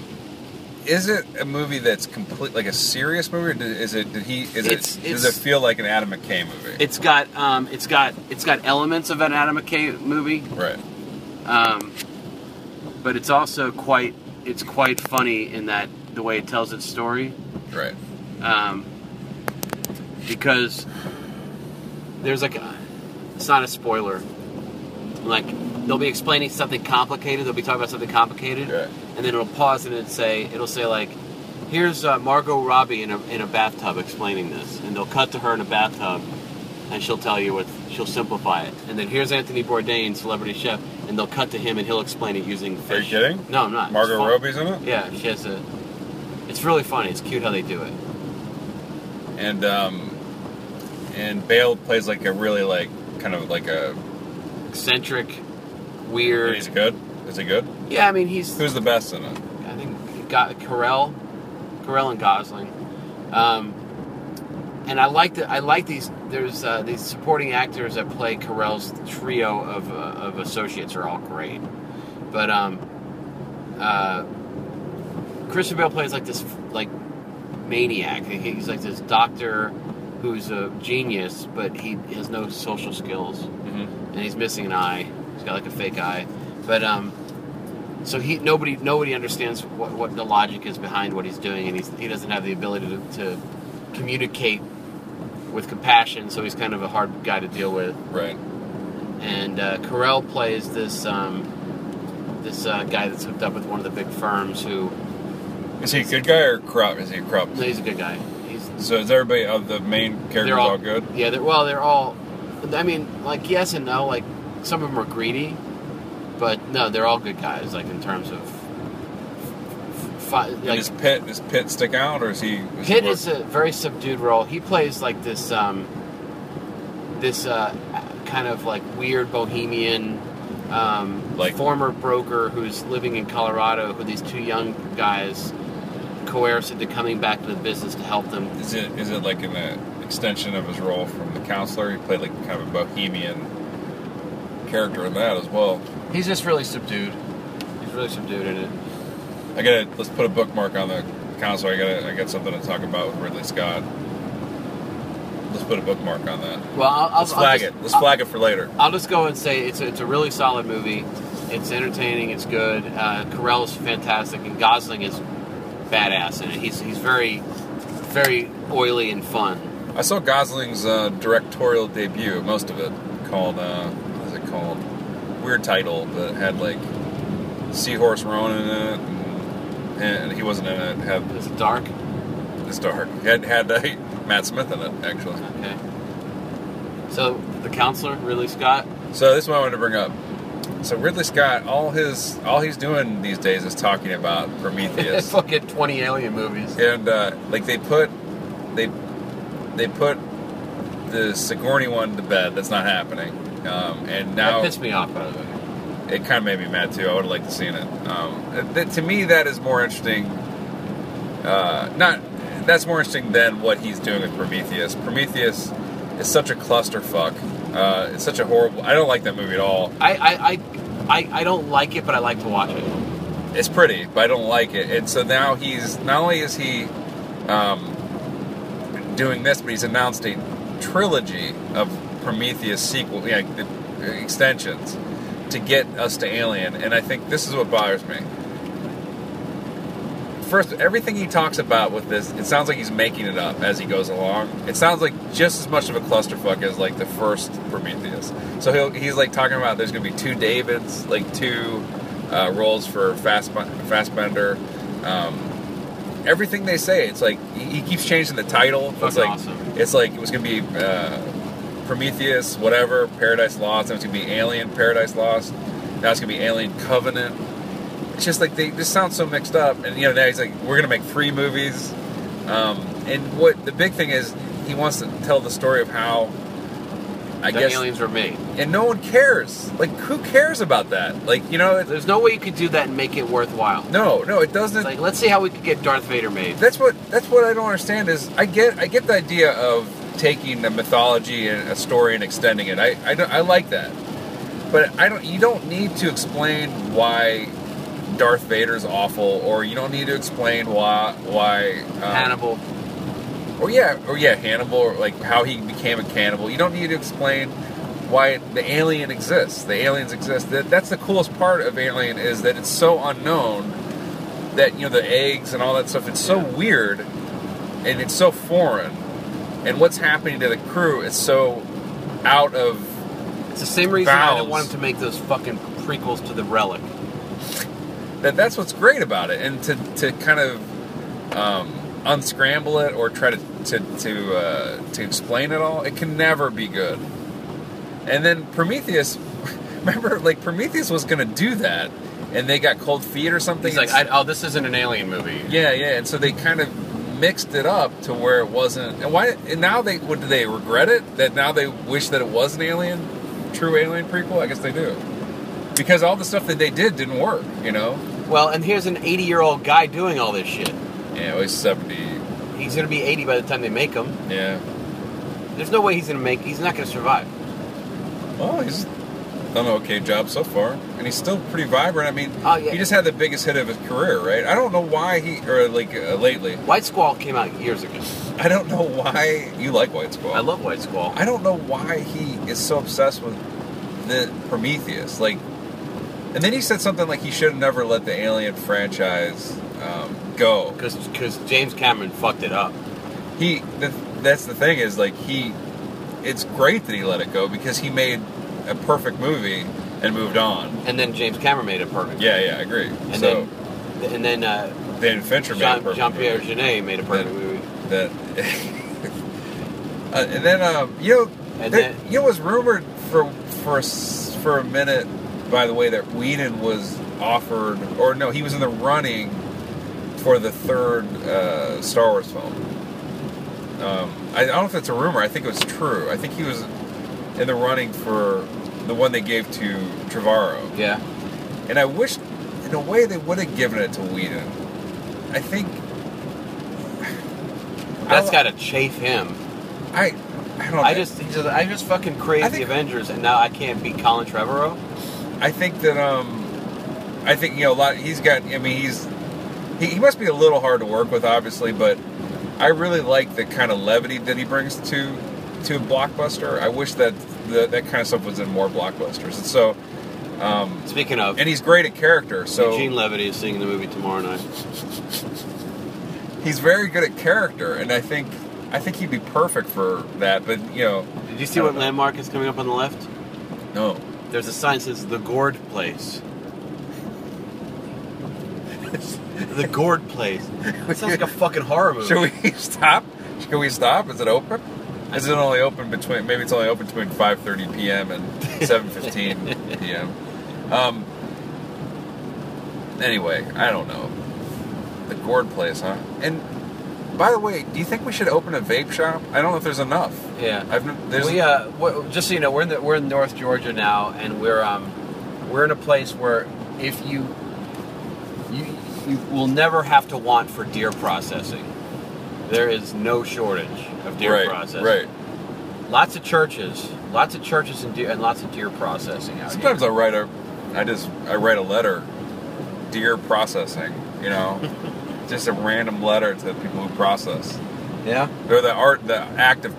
A: is it a movie that's complete, like a serious movie, or did, is it? Did he? Is
B: It's-
A: it? Does it
B: it's-
A: feel like an Adam McKay movie?
B: It's got um, it's got it's got elements of an Adam McKay movie,
A: right.
B: um, but it's also quite it's quite funny in that the way it tells its story.
A: Right.
B: um, because there's like a, it's not a spoiler. Like they'll be explaining something complicated. They'll be talking about something complicated,
A: Yeah.
B: and then it'll pause and it'll say it'll say like, "Here's uh, Margot Robbie in a in a bathtub explaining this," and they'll cut to her in a bathtub, and she'll tell you what she'll simplify it, and then here's Anthony Bourdain, celebrity chef, and they'll cut to him and he'll explain it using. Fish.
A: Are you kidding?
B: No, I'm not. It's
A: Margot
B: fun.
A: Robbie's in it,
B: Yeah, she has a. It's really funny. It's cute how they do it.
A: and um, and Bale plays like a really like kind of like a.
B: eccentric,
A: and
B: weird.
A: He's good. Is he good?
B: Yeah, I mean he's.
A: Who's the best in it?
B: I think got Carell, Carell and Gosling, um, and I like the I like these. There's uh, these supporting actors that play Carell's trio of uh, of associates are all great, but um, uh, Christian Bale plays like this like maniac. He's like this doctor who's a genius, but he has no social skills
A: Mm-hmm.
B: and he's missing an eye. He's got like a fake eye, but um, so he nobody nobody understands what, what the logic is behind what he's doing, and he's, he doesn't have the ability to, to communicate with compassion. So he's kind of a hard guy to deal with.
A: Right.
B: And uh, Carell plays this um, this uh, guy that's hooked up with one of the big firms. Who
A: Is he a good guy or corrupt? Is he corrupt?
B: no, he's a good guy. He's
A: So is everybody of the main characters
B: they're
A: all,
B: all,
A: good?
B: Yeah, they're, well, they're all. I mean, like yes and no. Like some of them are greedy, but no, they're all good guys. Like in terms of, fi-
A: and
B: like
A: is Pitt does Pitt stick out or is he? Is
B: Pitt
A: he work-
B: is a very subdued role. He plays like this, um, this uh, kind of like weird bohemian, um,
A: Like-
B: former broker who's living in Colorado, who these two young guys coerce into coming back to the business to help them
A: Is it is it like an uh, extension of his role from the counselor? He played like kind of a bohemian character in that as well.
B: He's just really subdued. He's really subdued in it.
A: I gotta let's put a bookmark on the counselor. I gotta I got something to talk about with Ridley Scott. Let's put a bookmark on that.
B: Well, I'll, I'll,
A: Let's flag
B: just,
A: it. Let's
B: I'll-
A: flag it for later.
B: I'll, just go and say it's a, it's a really solid movie. It's entertaining. It's good. Uh, Carell's fantastic, and Gosling is badass in it. He's he's very very oily and fun.
A: I saw Gosling's uh, directorial debut, most of it, called, uh, what is it called? Weird title, but it had like Seahorse Roan in it, and, and he wasn't in it. Had
B: Is it dark?
A: it's dark. It had had uh, Matt Smith in it actually.
B: Okay. So the counselor, really Scott.
A: So this is what I wanted to bring up. So Ridley Scott, all his all he's doing these days is talking about Prometheus,
B: Fucking twenty alien movies.
A: and uh, like they put they they put the Sigourney one to bed. That's not happening. Um, and now
B: That pissed me off, by the way.
A: it kind of made me mad too. I would have liked to seen it. Um, th- th- to me, that is more interesting. Uh, not that's more interesting than what he's doing with Prometheus. Prometheus is such a clusterfuck. Uh, it's such a horrible. I don't like that movie at all.
B: I I, I I I don't like it, but I like to watch it.
A: It's pretty, but I don't like it. And so now he's not only is he um, doing this, but he's announced a trilogy of Prometheus sequel, yeah, the extensions to get us to Alien. And I think this is what bothers me. First, everything he talks about with this, it sounds like he's making it up as he goes along. It sounds like just as much of a clusterfuck as like the first Prometheus. So he'll, he's like talking about there's going to be two Davids, like two uh, roles for Fast Fastbender. Um, everything they say, it's like he, he keeps changing the title. It's
B: Fucking
A: like
B: awesome.
A: it's like it was gonna be uh, Prometheus, whatever, Paradise Lost. Then it's gonna be Alien, Paradise Lost. Now it's gonna be Alien Covenant. It's just like they this sounds so mixed up. And you know now he's like, we're gonna make three movies. Um, and what the big thing is, he wants to tell the story of how. I
B: the
A: guess,
B: aliens were made.
A: and no one cares. Like, who cares about that? Like, you know, it,
B: There's no way you could do that and make it worthwhile.
A: no, no, it doesn't.
B: It's like, let's see how we could get Darth Vader made.
A: that's what that's what I don't understand is I get I get the idea of taking the mythology and a story and extending it. I I, don't- I like that, but I don't. You don't need to explain why Darth Vader's awful, or you don't need to explain why why uh,
B: Hannibal.
A: or Oh, yeah, or yeah, Hannibal, or like how he became a cannibal. You don't need to explain why the alien exists. The aliens exist. That that's the coolest part of Alien is that it's so unknown that you know the eggs and all that stuff. It's so
B: Yeah.
A: weird and it's so foreign, and what's happening to the crew is so out of
B: It's the same reason I
A: Vows.
B: didn't want him to make those fucking prequels to the Relic.
A: that. That's what's great about it, and to to kind of um, unscramble it or try to to to, uh, to explain it all, it can never be good. And then Prometheus, remember, like Prometheus was going to do that, and they got cold feet or something.
B: He's like, I, oh, this isn't an alien movie.
A: yeah, yeah, and so they kind of mixed it up to where it wasn't. And why? And now they would do they regret it that now they wish that it was an alien, true alien prequel? I guess they do, because all the stuff that they did didn't work. You know,
B: Well, and here's an 80 year old guy doing all this shit.
A: yeah, it was seventy.
B: He's gonna be 80 by the time they make him.
A: Yeah,
B: There's no way he's gonna make. He's not gonna survive.
A: well, he's done an okay job so far, and he's still pretty vibrant. I mean,
B: Oh, yeah.
A: he just had the biggest hit of his career, right? I don't know why he or like uh, lately.
B: White Squall came out years ago.
A: I don't know why you like White Squall.
B: I love White Squall.
A: I don't know why he is so obsessed with the Prometheus. Like, and then he said something like he should have never let the Alien franchise um, go.
B: Because James Cameron fucked it up.
A: He th- that's the thing is like he, it's great that he let it go because he made a perfect movie and moved on.
B: And then James Cameron made it perfect.
A: Yeah, yeah, I agree.
B: And
A: so
B: then, and then uh,
A: then, Fincher made a
B: Jean,
A: perfect
B: Jean-Pierre
A: movie.
B: Jeunet made a perfect movie.
A: that Uh, and then um, you know
B: And
A: there-
B: then-
A: you know it was rumored for for a, s- for a minute by the way that Whedon was offered or no he was in the running for the third uh, Star Wars film um, I, I don't know if it's a rumor I think it was true I think he was in the running for the one they gave to Trevorrow
B: Yeah.
A: and I wish, in a way, they would have given it to Whedon. I think
B: That's
A: I-
B: gotta chafe him.
A: I. I don't.
B: I just, he just, I just fucking
A: I
B: craved
A: think-
B: the Avengers, and now I can't beat Colin Trevorrow.
A: I think that. Um. I think you know a lot. He's got. I mean, he's. He, he must be a little hard to work with, obviously, but I really like the kind of levity that he brings to to blockbuster. I wish that the, that kind of stuff was in more blockbusters. And so, um,
B: Speaking of,
A: and he's great at character. So
B: Eugene Levity is seeing the movie tomorrow night.
A: he's very good at character, and I think I think he'd be perfect for that. But you know,
B: Did you see what landmark is coming up on the left?
A: no.
B: There's a sign that says the Gourd Place. the Gourd Place. That sounds like a fucking horror movie.
A: Should we stop? Should we stop? Is it open? Is it only open between? Maybe it's only open between 5:30 p.m. and 7:15 p.m. Um. Anyway, I don't know. The gourd place, huh? And by the way, do you think we should open a vape shop? I don't know if there's enough.
B: Yeah.
A: I've n- there's
B: we uh, we just so you know, we're in the, we're in North Georgia now, and we're um, we're in a place where if you you you will never have to want for deer processing. There is no shortage of deer
A: right,
B: processing.
A: right.
B: Lots of churches, lots of churches and deer, and lots of deer processing out
A: Sometimes
B: here.
A: I write a, I just I write a letter, dear processing. You know, just a random letter to the people who process.
B: Yeah.
A: They're the art, the act of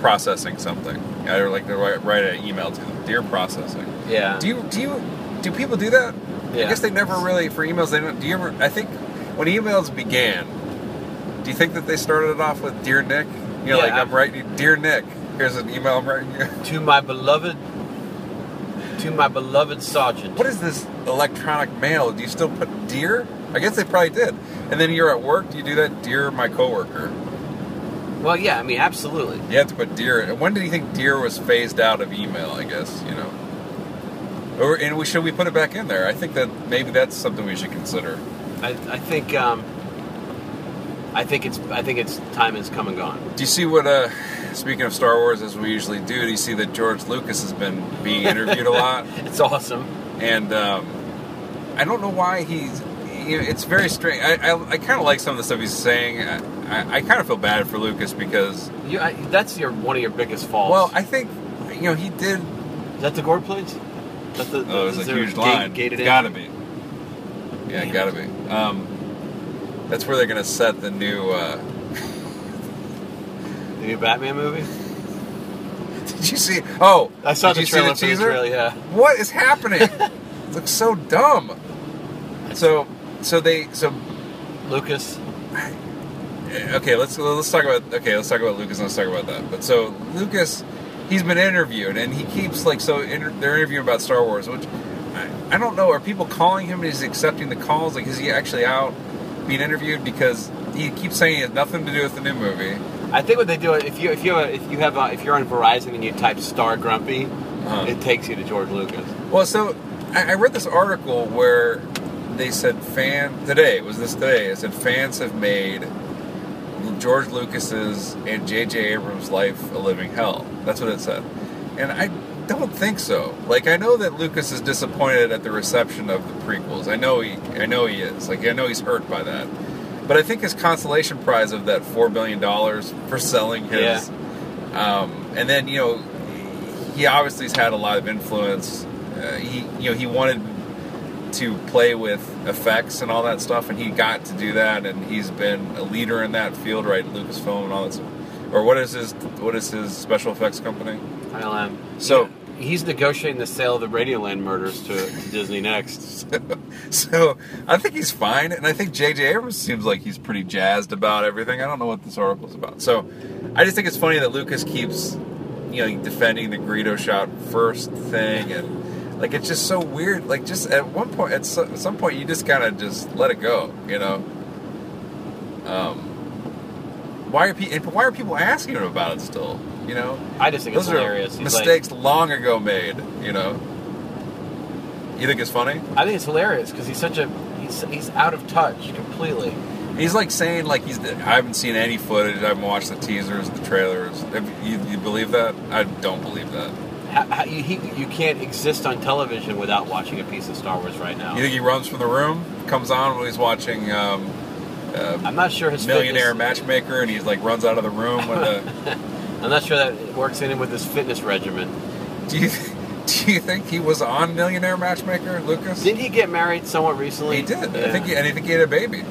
A: processing something. I like to write, write an email to them. Dear processing.
B: Yeah.
A: Do you do you do people do that?
B: Yeah.
A: I guess they never really for emails. They don't. Do you ever? I think when emails began, do you think that they started it off with dear Nick? You know, like
B: Yeah.
A: I'm writing dear Nick. Here's an email I'm writing you.
B: to my beloved to my beloved sergeant
A: What is this electronic mail? Do you still put dear? I guess they probably did. And then you're at work. Do you do that? Dear my coworker.
B: well yeah i mean absolutely
A: You have to put deer. in- When did you think deer was phased out of email? I guess you know. Or and we should we put it back in there? I think that maybe that's something we should consider.
B: i, I think um, i think it's i think it's time has come and gone
A: Do you see what? uh Speaking of Star Wars, as we usually do, do you see that George Lucas has been being interviewed a lot?
B: it's awesome
A: and um, I don't know why he's. you know, It's very strange. I, I, I kind of like some of the stuff he's saying. I, I, I kind of feel bad for Lucas because,
B: you, I, that's your one of your biggest faults
A: well, I think you know he did.
B: is that the gourd place Is that the,
A: Oh, it was
B: is
A: a
B: there
A: huge
B: gate-
A: line.
B: gated in?
A: Gotta be. Yeah, gotta be. Um, that's where they're gonna set the new. Uh,
B: The new Batman movie?
A: did you see? Oh,
B: I saw
A: did
B: the
A: you see
B: trailer for the trailer, yeah.
A: What is happening? it looks so dumb. So, so they so
B: Lucas.
A: okay. Let's let's talk about okay. Let's talk about Lucas. and Let's talk about that. But so Lucas, he's been interviewed and he keeps like so inter- they're interviewing about Star Wars, which I, I don't know. Are people calling him and he's accepting the calls? Like, is he actually out being interviewed because he keeps saying he has nothing to do with the new movie?
B: I think what they do if you if you have a, if you have a, if you're on Verizon and you type Star Grumpy,
A: Uh-huh.
B: it takes you to George Lucas.
A: Well, so I, I read this article where they said fan today it was this today. It said fans have made George Lucas's and J.J. Abrams' life a living hell. That's what it said, and I don't think so. Like I know that Lucas is disappointed at the reception of the prequels. I know he, I know he is. Like I know he's hurt by that. But I think his consolation prize of that four billion dollars for selling his, um, and then you know, he obviously has had a lot of influence. Uh, he, you know, he wanted to play with effects and all that stuff, and he got to do that, and he's been a leader in that field, right? Lucasfilm and all that. Stuff. Or what is his what is his special effects company?
B: ILM.
A: So-
B: um, he's negotiating the sale of the Radioland murders to, to Disney next.
A: So I think he's fine, and I think J.J. Abrams seems like he's pretty jazzed about everything. I don't know what this article's about. So I just think it's funny that Lucas keeps, you know, defending the Greedo shot first thing, and like it's just so weird. Like just at one point, at so- some point, you just gotta just let it go, you know. Um, why are people? Why are people asking him about it still? You know,
B: I just think it's
A: those are
B: hilarious. He's like-
A: mistakes long ago made. You know. You think it's funny?
B: I think it's hilarious because he's such a he's he's out of touch completely.
A: He's like saying like he's. I haven't seen any footage. I haven't watched the teasers, the trailers. Have you, you believe that? I don't believe that.
B: How, how, you, he, you can't exist on television without watching a piece of Star Wars right now.
A: You think he runs from the room, comes on when he's watching um, uh,
B: I'm not sure his
A: Millionaire
B: fitness,
A: Matchmaker, and he's like runs out of the room with a.
B: I'm not sure that it works in with his fitness regimen.
A: do you do you think he was on Millionaire Matchmaker, Lucas?
B: Didn't he get married somewhat recently?
A: he did. I
B: Yeah.
A: think he, and I think he had a baby.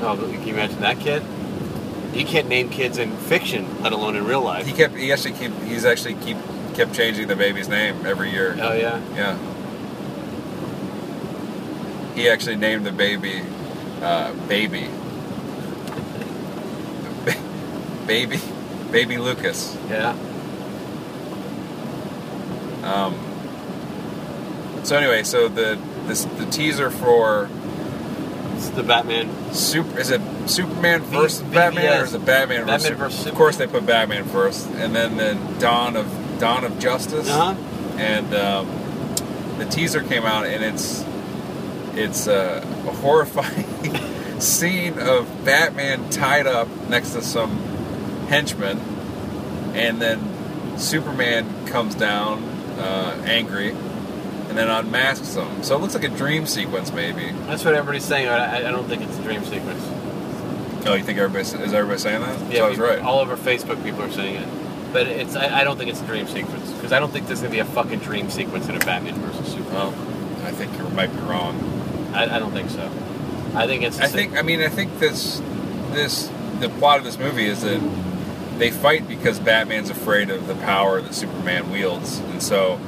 B: Oh, but can you imagine that kid? You can't name kids in fiction, let alone in real life.
A: He kept. He actually keep. He's actually keep kept changing the baby's name every year.
B: oh yeah.
A: Yeah. He actually named the baby uh, Baby. baby. Baby Lucas.
B: Yeah.
A: Um, so anyway, so the this the teaser for
B: It's the Batman.
A: Super is it Superman
B: B-
A: versus Batman or
B: BBS.
A: is it Batman,
B: Batman
A: versus, Super-
B: versus
A: Of course they put Batman first and then the Dawn of Dawn of Justice.
B: Uh huh.
A: and um, the teaser came out, and it's it's uh, a horrifying scene of Batman tied up next to some henchman, and then Superman comes down uh, angry, and then unmasks him. So it looks like a dream sequence, maybe.
B: That's what everybody's saying. but I, I don't think it's a dream sequence.
A: Oh, you think everybody is everybody saying that? so I was
B: people-
A: right.
B: All over Facebook, people are saying it. But it's I, I don't think it's a dream sequence because I don't think there's gonna be a fucking dream sequence in a Batman versus Superman.
A: oh, I think you might be wrong.
B: I, I don't think so. I think it's.
A: I think. I mean, I think this this the plot of this movie is that they fight because Batman's afraid of the power that Superman wields, and so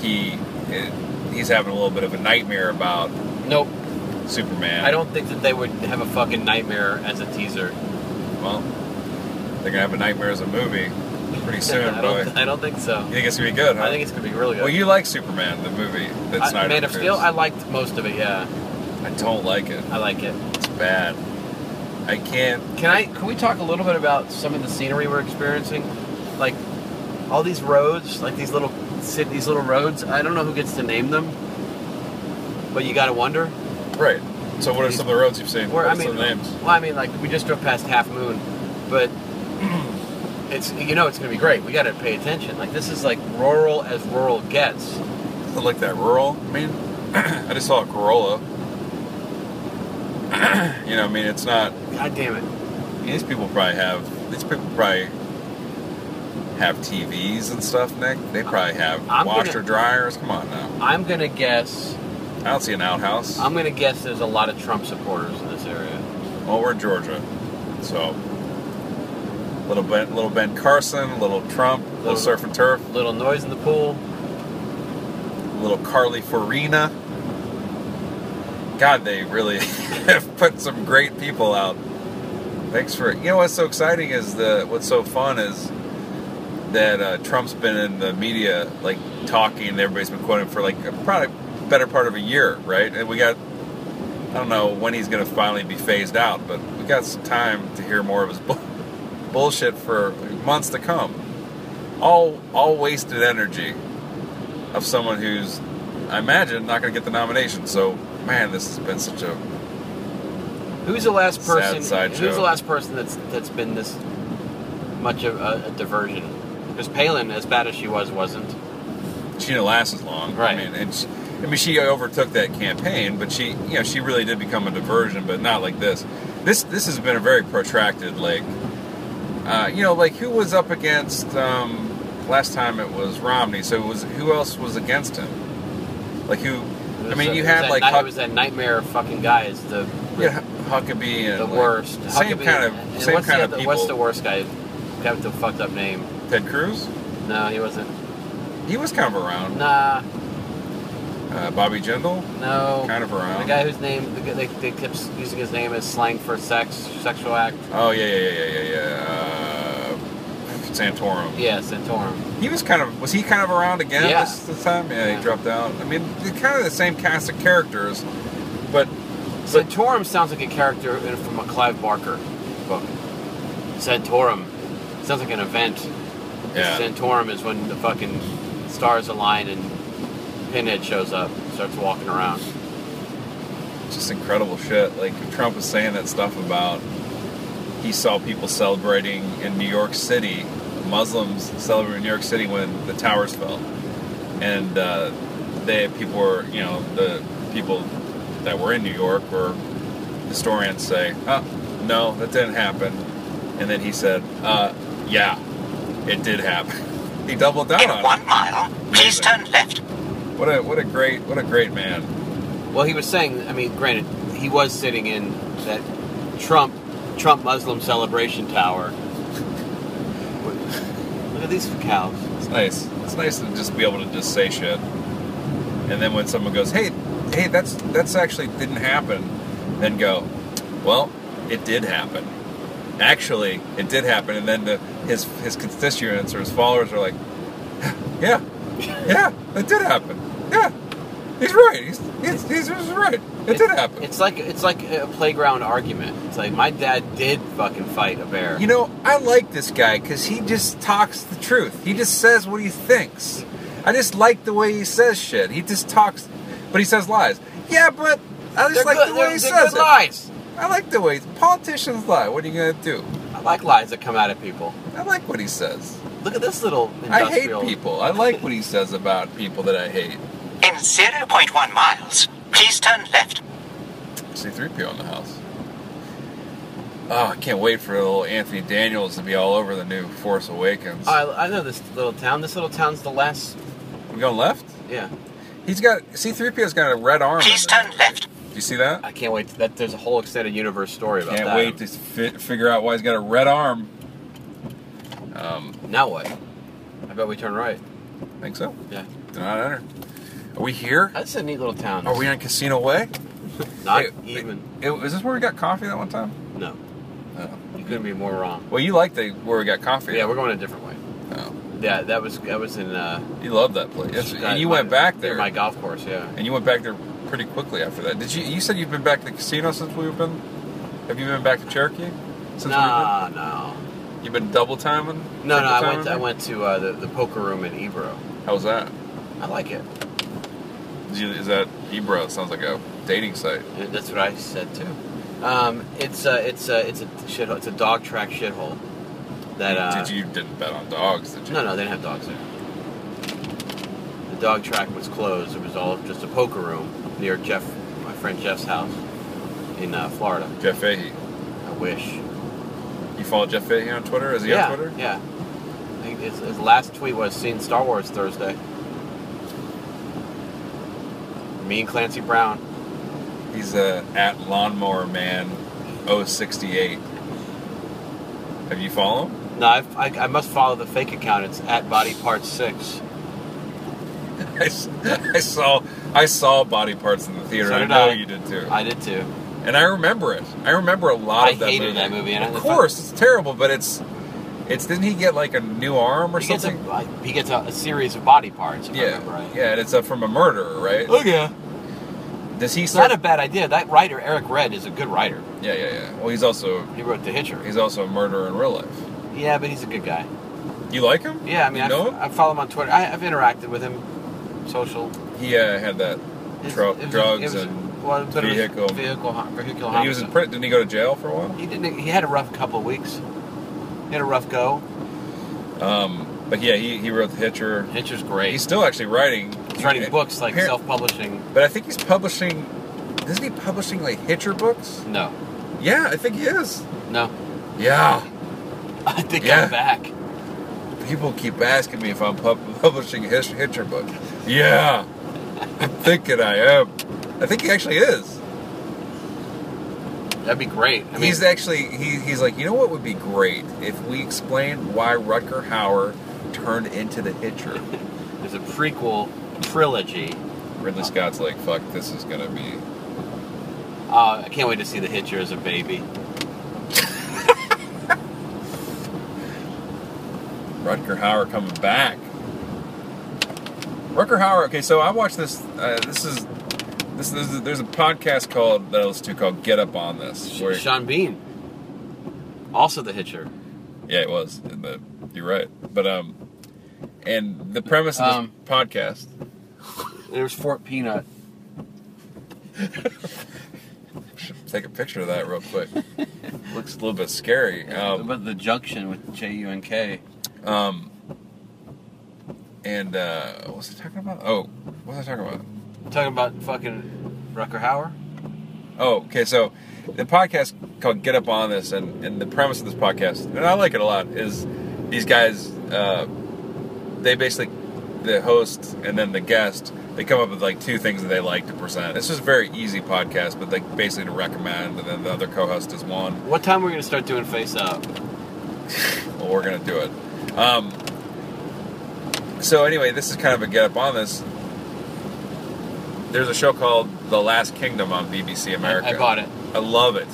A: he it, he's having a little bit of a nightmare about
B: Nope.
A: Superman.
B: I don't think that they would have a fucking nightmare as a teaser.
A: Well, they're gonna have a nightmare as a movie pretty soon,
B: I,
A: boy.
B: don't, I don't think so.
A: You think it's gonna be good? Huh?
B: I think it's gonna be really good.
A: Well, you like Superman, the movie that
B: I,
A: Snyder
B: Man of Steel.
A: produced.
B: I liked most of it. Yeah,
A: I don't like it.
B: I like it.
A: It's bad. I can't.
B: Can I? Can we talk a little bit about some of the scenery we're experiencing? Like all these roads, like these little sit- these little roads. I don't know who gets to name them, but you gotta wonder.
A: Right. So, what are some of the roads you've seen?
B: Where
A: what
B: I
A: are some
B: mean,
A: of the names?
B: well, I mean, like we just drove past Half Moon, but it's you know it's gonna be great. We gotta pay attention. Like this is like rural as rural gets.
A: I like that rural. I mean, I just saw a Corolla. you know, I mean, it's not.
B: God damn it!
A: These people probably have. These people probably have TVs and stuff, Nick. They probably have
B: I'm gonna-
A: washer dryers. Come on now.
B: I'm gonna guess
A: I don't see an outhouse.
B: I'm gonna guess there's a lot of Trump supporters in this area.
A: Well, we're in Georgia, so little Ben, little Ben Carson, little Trump, little
B: Little-
A: surf and turf,
B: Little noise in the pool.
A: little Carly Farina. God, they really have put some great people out. Thanks for you know what's so exciting is the what's so fun is that uh, Trump's been in the media like talking. and Everybody's been quoting for like a probably better part of a year, right? And we got I don't know when he's going to finally be phased out, but we got some time to hear more of his bull- bullshit for months to come. All all wasted energy of someone who's, I imagine, not going to get the nomination. So, man, this has been such a
B: Who's the last
A: Sad
B: person?
A: side
B: who's
A: joke.
B: the last person that's that's been this much of a, a diversion? Because Palin, as bad as she was, wasn't.
A: she didn't last as long.
B: Right.
A: I mean, and she, I mean, she overtook that campaign, but she, you know, she really did become a diversion, but not like this. This this has been a very protracted, like, uh, you know, like who was up against um, last time? It was Romney. So it was who else was against him? Like who?
B: It
A: I
B: was
A: mean,
B: that- it
A: you
B: was
A: had
B: that
A: like
B: ni- it
A: Huck,
B: was that nightmare fucking guy. Is the
A: yeah, Huckabee and
B: the
A: like,
B: worst.
A: Same
B: Huckabee-
A: kind
B: and
A: of same
B: what's
A: kind
B: the,
A: of
B: other-
A: people.
B: What's the worst guy? Got the fucked up name.
A: Ted Cruz.
B: No, he wasn't.
A: He was kind of around.
B: Nah,
A: Uh, Bobby Jindal,
B: no.
A: kind of
B: the
A: around.
B: guy whose name the, guy- they, they kept using his name as slang for sex, sexual act.
A: oh yeah, yeah, yeah, yeah, yeah. yeah. Uh, Santorum.
B: Yeah, Santorum.
A: He was kind of was he kind of around again
B: Yeah.
A: this, this time? Yeah,
B: Yeah.
A: he dropped out. I mean, they're kind of the same cast of characters, but
B: Santorum sounds like a character in- from a Clive Barker book. Santorum sounds like an event.
A: Yeah.
B: Santorum is when the fucking stars align and Pinhead shows up, starts walking around.
A: just incredible shit. Like Trump was saying that stuff about he saw people celebrating in New York City, Muslims celebrating in New York City when the towers fell, and uh, they people were you know the people that were in New York were historians say, oh, no, that didn't happen, and then he said, uh, yeah, it did happen. he doubled down
C: In
A: on
C: one mile, please turn left.
A: it. What a what a great what a great man.
B: Well, he was saying, I mean, granted, he was sitting in that Trump Trump Muslim celebration tower. Look at these cows.
A: It's nice. It's nice to just be able to just say shit. And then when someone goes, "Hey, hey, that's that's actually didn't happen," then go, "Well, it did happen. Actually, it did happen." And then the, his his constituents or his followers are like, "Yeah, yeah, it did happen. Yeah, he's right. He's he's, he's, he's right. It did happen."
B: It's like it's like a playground argument. It's like my dad did fucking fight a bear.
A: You know, I like this guy because he just talks the truth. He just says what he thinks. I just like the way he says shit. He just talks, but he says lies. Yeah, but I just like the way he says it.
B: lies.
A: I like the way politicians lie. What are you gonna do?
B: I like lies that come out of people.
A: I like what he says.
B: Look at this little
A: I hate
B: industrial.
A: people. I like what he says about people that I hate.
C: In 0.1 miles, please turn left.
A: C3PO in the house. Oh, I can't wait for little Anthony Daniels to be all over the new Force Awakens.
B: I, I know this little town. This little town's the last.
A: we going left?
B: Yeah,
A: He's got C3PO's got a red arm. in
C: Please
A: there.
C: turn left.
A: Do you see that?
B: I can't wait. to- that there's a whole extended universe story about
A: Can't
B: that.
A: wait to fi- figure out why he's got a red arm. Um,
B: Now what? I bet we turn right.
A: think so.
B: Yeah,
A: Do not enter. Are we here?
B: that's a neat little town.
A: Are we on Casino Way?
B: Not
A: Hey,
B: even.
A: It, is this where we got coffee that one time?
B: No,
A: No.
B: you couldn't be more wrong.
A: Well, you liked the where we got coffee.
B: Uh-huh. Yeah, we're going a different way.
A: Oh,
B: Yeah, that was that was in. Uh,
A: you loved that place. Yes,
B: that-
A: and you
B: my-
A: went back
B: near
A: there.
B: My golf course. Yeah.
A: And you went back there pretty quickly after that. Did you? You said you've been back to the casino since we've been. Have you been back to Cherokee? Since
B: Nah, no.
A: we've been? You've been double timing.
B: No, no,
A: Triple
B: I
A: timing
B: went. I
A: me?
B: went to uh, the, the poker room in Ebro.
A: How was that?
B: I like it.
A: Did you, is that Ebro? It sounds like a dating site.
B: Uh, That's what I said too. Um, it's a, it's a, it's a shithole. It's a dog track shithole. That uh,
A: did you didn't bet on dogs? Did you?
B: No, no, they didn't have dogs there. The dog track was closed. It was all just a poker room near Jeff, my friend Jeff's house in uh, Florida.
A: Jeff Fahey.
B: I wish.
A: You follow Jeff Fahey on Twitter? Is he
B: yeah,
A: on Twitter?
B: yeah. I think his, his last tweet was "Seen Star Wars Thursday." Me and Clancy Brown.
A: He's a at lawnmower man 068. Have you follow him?
B: No, I've, I, I must follow the fake account. It's at Body Part Six.
A: I, s- I saw I saw body parts in the theater.
B: So
A: I
B: did
A: know
B: I.
A: you did too.
B: I did too.
A: and I remember it. I remember a lot
B: I
A: of that
B: hated
A: movie.
B: that movie, and
A: of
B: I-
A: course, it's terrible, but it's it's didn't he get like a new arm or
B: He gets, a,
A: something?
B: like, he gets a, a series of body parts. If I
A: yeah,
B: remember right.
A: yeah, and it's uh, from a murderer, right?
B: Okay.
A: Does he
B: It's not
A: start?
B: a bad idea. That writer Eric Red is a good writer.
A: yeah, yeah, yeah. Well, he's also
B: He wrote The Hitcher.
A: he's also a murderer in real life.
B: yeah, but he's a good guy.
A: You like him?
B: Yeah, I mean,
A: you know him?
B: I, I follow him on Twitter. I, I've interacted with him, social.
A: He uh, had that
B: It's-
A: Dro-
B: it was-
A: drugs
B: it was-
A: and
B: well, but it was
A: vehicle.
B: vehicle, har- vehicular
A: And he was in
B: homicide.
A: prison. Didn't he go to jail for a while?
B: He didn't. He had a rough couple of weeks. He had a rough go.
A: Um, but yeah, he, he wrote The Hitcher.
B: Hitcher's great.
A: He's
B: He's,
A: still actually writing.
B: writing books like
A: Here-
B: self-publishing.
A: But I think he's publishing. Isn't he publishing like Hitcher books?
B: No,
A: Yeah, I think he is.
B: no.
A: Yeah.
B: I think
A: Yeah.
B: I'm back.
A: People keep asking me if I'm pub- publishing a Hitch- Hitcher book. Yeah. I'm thinking I am. I think he actually is.
B: That'd be great. I mean,
A: he's actually he, he's like you know what would be great if we explained why Rutger Hauer turned into the Hitcher.
B: there's a prequel trilogy.
A: Ridley Scott's like fuck this is gonna be
B: Uh, I can't wait to see the Hitcher as a baby.
A: Rutger Hauer coming back. Rutger Hauer. Okay, so I watched this. Uh, this is this, this is, there's a podcast called that I listen to called Get Up on This. Where,
B: Sean Bean, also the Hitcher.
A: yeah, it was. In the, you're right. But um, and the premise of this
B: Um,
A: podcast.
B: There's Fort Peanut.
A: Should take a picture of that real quick. Looks a little bit scary. Um,
B: but the junction with J U N K.
A: um and uh, what was I talking about? Oh, what was I talking about?
B: Talking about fucking Rucker Hauer.
A: Oh, okay. So the podcast called Get Up On This, and, and the premise of this podcast, and I like it a lot, is these guys, uh, they basically, the host and then the guest, they come up with like two things that they like to present. It's just a very easy podcast, but like basically to recommend, and then the other co host is one.
B: What time are we gonna start doing Face Up?
A: Well, we're going to do it. Um, so, anyway, this is kind of a Get Up On This. There's a show called The Last Kingdom on BBC America.
B: I bought it.
A: I love it.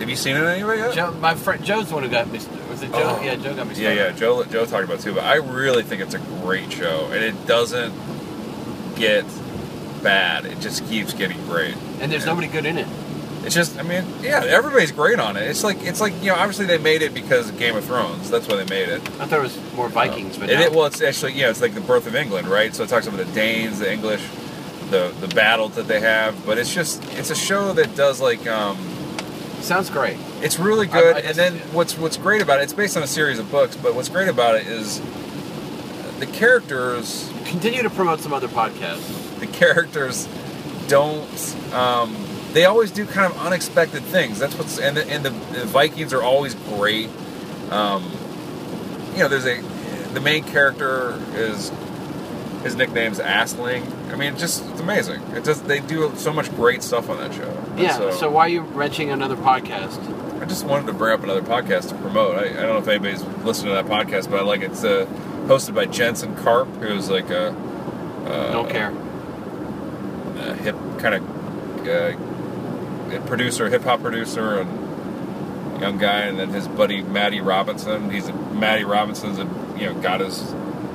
A: Have you seen it anyway yet?
B: Joe, my friend Joe's the one who got me. Was it Joe?
A: Oh.
B: Yeah, Joe got me.
A: yeah,
B: Started.
A: yeah. Joe Joe talked about it too, but I really think it's a great show, and it doesn't get bad. It just keeps getting great.
B: And there's nobody good in it.
A: It's just, I mean, yeah, everybody's great on it. It's like, it's like you know, obviously they made it because of Game of Thrones. That's why they made it.
B: I thought it was more Vikings, but
A: And
B: no.
A: Oh. it, well, it's actually yeah, it's like the birth of England, right? So it talks about the Danes, the English, the the battles that they have. But it's just, it's a show that does like. um
B: sounds great.
A: It's really good.
B: I- I
A: and
B: just-
A: then what's what's great about it? It's based on a series of books, but what's great about it is the characters.
B: Continue to promote some other podcasts.
A: The characters don't. Um, they always do kind of unexpected things. That's what's and the, and the, the Vikings are always great. Um, you know, there's a the main character is his nickname's Assling. I mean, just it's amazing. It just they do so much great stuff on that show. And
B: Yeah. So, why are you wrenching another podcast?
A: I just wanted to bring up another podcast to promote. I, I don't know if anybody's listened to that podcast, but I like it. it's uh, hosted by Jensen Karp, who's like a, uh,
B: Don't care.
A: a hip kind of uh, producer, hip hop producer, and young guy, and then his buddy Matty Robinson. He's a, Matty Robinson's a you know got his.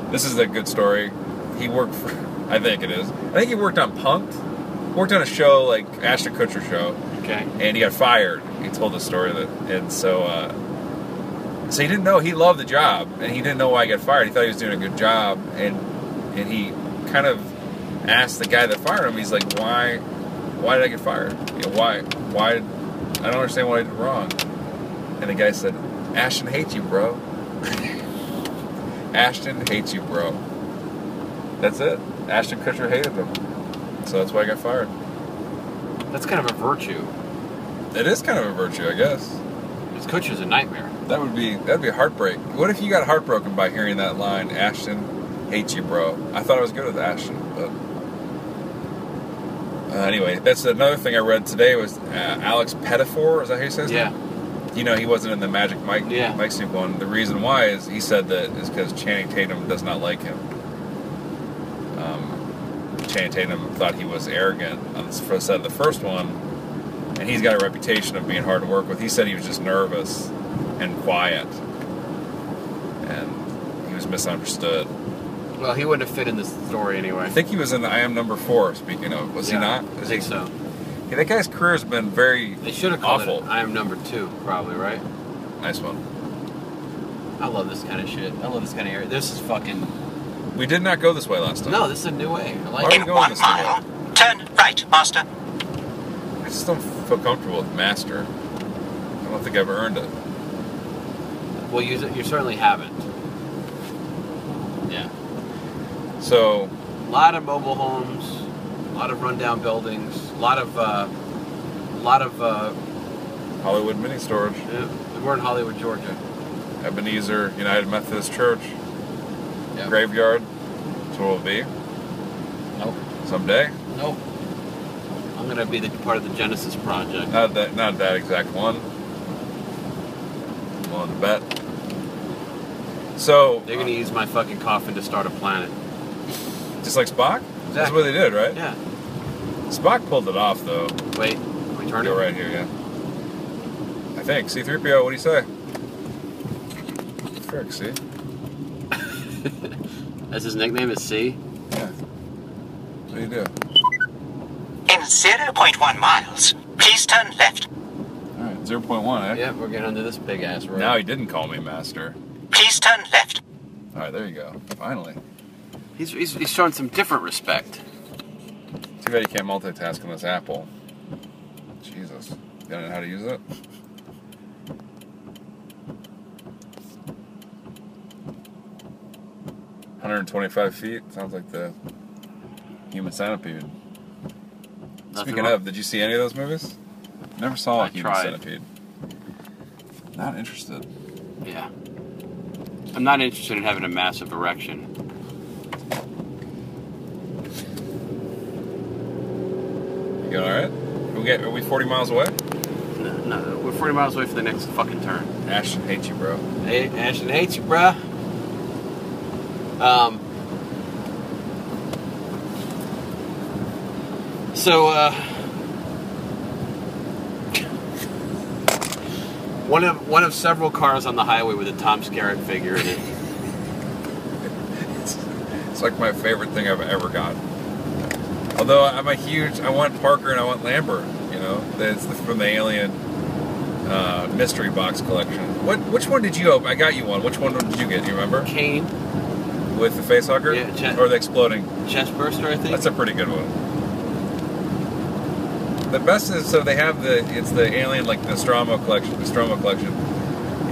A: This is a good story. He worked for, I think it is. I think he worked on Punked, worked on a show like Ashton Kutcher show,
B: Okay.
A: and he got fired. He told the story that, and so uh, so he didn't know he loved the job, and he didn't know why he got fired. He thought he was doing a good job, and and he kind of asked the guy that fired him. He's like, why why did I get fired? You know, why why I don't understand what I did wrong. And the guy said, Ashton hates you, bro. Ashton hates you, bro. That's it. Ashton Kutcher hated him, so that's why I got fired.
B: That's kind of a virtue.
A: It is kind of a virtue, I guess.
B: His coach is a nightmare.
A: That would be that'd be heartbreak. What if you got heartbroken by hearing that line, Ashton hates you, bro? I thought I was good with Ashton, but Uh, anyway, that's another thing I read today was uh, Alex Pettifor. Is that how you say his
B: Yeah.
A: name? You know, he wasn't in the Magic Mike
B: Yeah.
A: Mike Soup one. The reason why is he said that is because Channing Tatum does not like him. Um, Channing Tatum thought he was arrogant on the first set of the first one, and he's got a reputation of being hard to work with. He said he was just nervous and quiet, and he was misunderstood.
B: Well, he wouldn't have fit in this story anyway.
A: I think he was in the I Am Number Four. Speaking of, was
B: Yeah,
A: he not?
B: I
A: Is
B: think
A: he-
B: so.
A: Yeah, that guy's career has been very
B: They should have called
A: Awful.
B: it I Am Number Two, probably, right?
A: nice one.
B: I love this kind of shit. I love this kind of area. This is fucking.
A: We did not go this way last time.
B: No, this is a new way. I like
A: Why
B: it.
A: are
C: In
A: we going
C: one
A: this way?
C: mile, turn right, master.
A: I just don't feel comfortable with master. I don't think I've earned it.
B: Well, you, you certainly haven't. Yeah.
A: So
B: A lot of mobile homes, a lot of rundown buildings, a lot of, uh, a lot of. Uh,
A: Hollywood Mini Storage,
B: yeah, we're in Hollywood, Georgia.
A: Ebenezer United Methodist Church,
B: Yeah.
A: graveyard. That's where we'll be
B: Nope.
A: someday.
B: Nope. I'm gonna be the part of the Genesis project.
A: Not that, not that exact one. I'm willing to bet. So
B: They're gonna use my fucking coffin to start a planet.
A: uh, just like Spock. That's
B: Exactly.
A: what they did, right?
B: Yeah.
A: Spock pulled it off though.
B: Wait. Can we turn it
A: Go right here, yeah. I think. C3PO, what do you say? Frick, see?
B: That's his nickname is C.
A: Yeah. What do you do?
C: In 0.1 miles, please turn left.
A: Alright, 0.1, eh?
B: Yeah, we're getting under this big ass road.
A: Now he didn't call me master.
C: Please turn left.
A: Alright, there you go. Finally.
B: he's, he's, he's showing some different respect.
A: Too bad you can't multitask on this Apple. Jesus. You don't know how to use it? Hundred and twenty-five feet sounds like the human centipede.
B: Nothing
A: Speaking
B: wrong-
A: of, did you see any of those movies? Never saw
B: I
A: a Human
B: tried.
A: Centipede. Not interested.
B: yeah, I'm not interested in having a massive erection.
A: You all right? We get are we 40 miles away?
B: No, no, we're 40 miles away from the next fucking turn.
A: Ashton hates you, bro.
B: Hey, Ashton hates you, bruh. Um. So, uh, one of one of several cars on the highway with a Tom Skerritt figure in it.
A: It's, it's like my favorite thing I've ever got. Although I'm a huge, I want Parker and I want Lambert. You know, that's the, from the Alien uh, mystery box collection. What? Which one did you open? I got you one. Which one did you get? Do you remember?
B: Kane,
A: With the facehugger
B: Yeah, Chet-
A: or the exploding?
B: chest burster, I think.
A: That's a pretty good one. The best is so they have the it's the alien like the Nostromo collection, the Nostromo collection,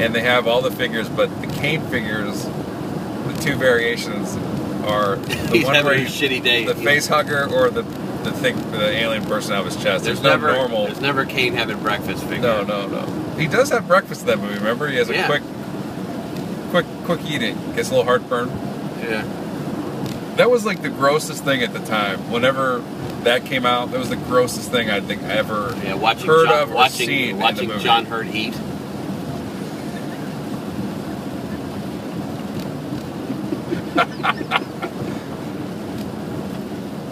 A: and they have all the figures, but the cane figures, the two variations are the
B: He's
A: one
B: having
A: where
B: a
A: you-
B: shitty day.
A: the
B: He's-
A: face hugger or the the thing the alien bursts out of his chest. There's, no
B: never
A: normal.
B: There's never Kane having breakfast figure.
A: No, no, no. He does have breakfast in that movie. Remember, he has a
B: Yeah.
A: quick, quick, quick eating. Gets a little heartburn.
B: Yeah.
A: That was like the grossest thing at the time. Whenever that came out, that was the grossest thing I think I ever
B: Yeah. Watching
A: heard
B: John,
A: of or
B: watching
A: seen in the
B: watching
A: movie.
B: John Hurt eat.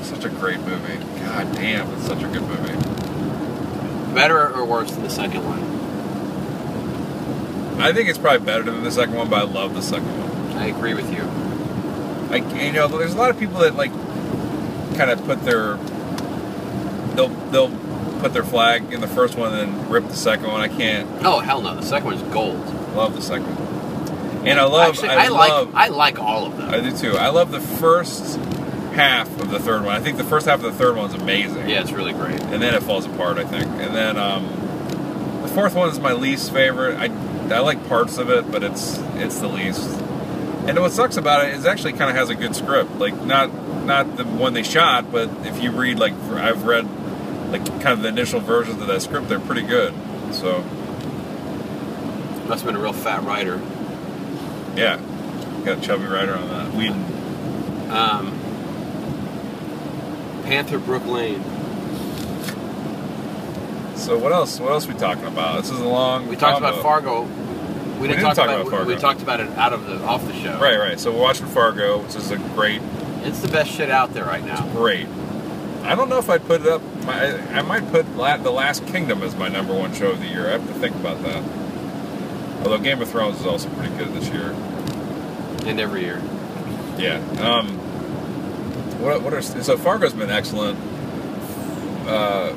A: Such a great movie. God damn, it's such a good movie.
B: Better or worse than the second one?
A: I think it's probably better than the second one, but I love the second one.
B: I agree with you.
A: Like you know, there's a lot of people that like kind of put their they'll they'll put their flag in the first one and then rip the second one. I can't
B: Oh hell no! The second one's gold.
A: love the second one. And I love
B: Actually,
A: I,
B: I, like
A: love
B: I like all of them.
A: I do too. I love the first half of the third one. I think the first half of the third one's amazing.
B: yeah, it's really great.
A: And then it falls apart, I think. And then um, the fourth one is my least favorite. I, I like parts of it, but it's it's the least. And what sucks about it is it actually kind of has a good script. Like not not the one they shot, but if you read like for- I've read like kind of the initial versions of that script, they're pretty good. So
B: Must have been a real fat writer.
A: yeah, got a chubby writer on that. Whedon.
B: Um, Panther Brook Lane.
A: So what else? What else we talking about? This is a long.
B: We talked about
A: combo.
B: Fargo. We didn't,
A: didn't
B: talk,
A: talk
B: about,
A: about Fargo.
B: We talked about it out of the off the show.
A: Right, right. So we're watching Fargo, which is a great,
B: It's the best shit out there right now.
A: great. I don't know if I'd put it up. My, I might put La- The Last Kingdom as my number one show of the year. I have to think about that. Although Game of Thrones is also pretty good this year.
B: And every year.
A: Yeah. Um, what, what are so Fargo's been excellent. Uh,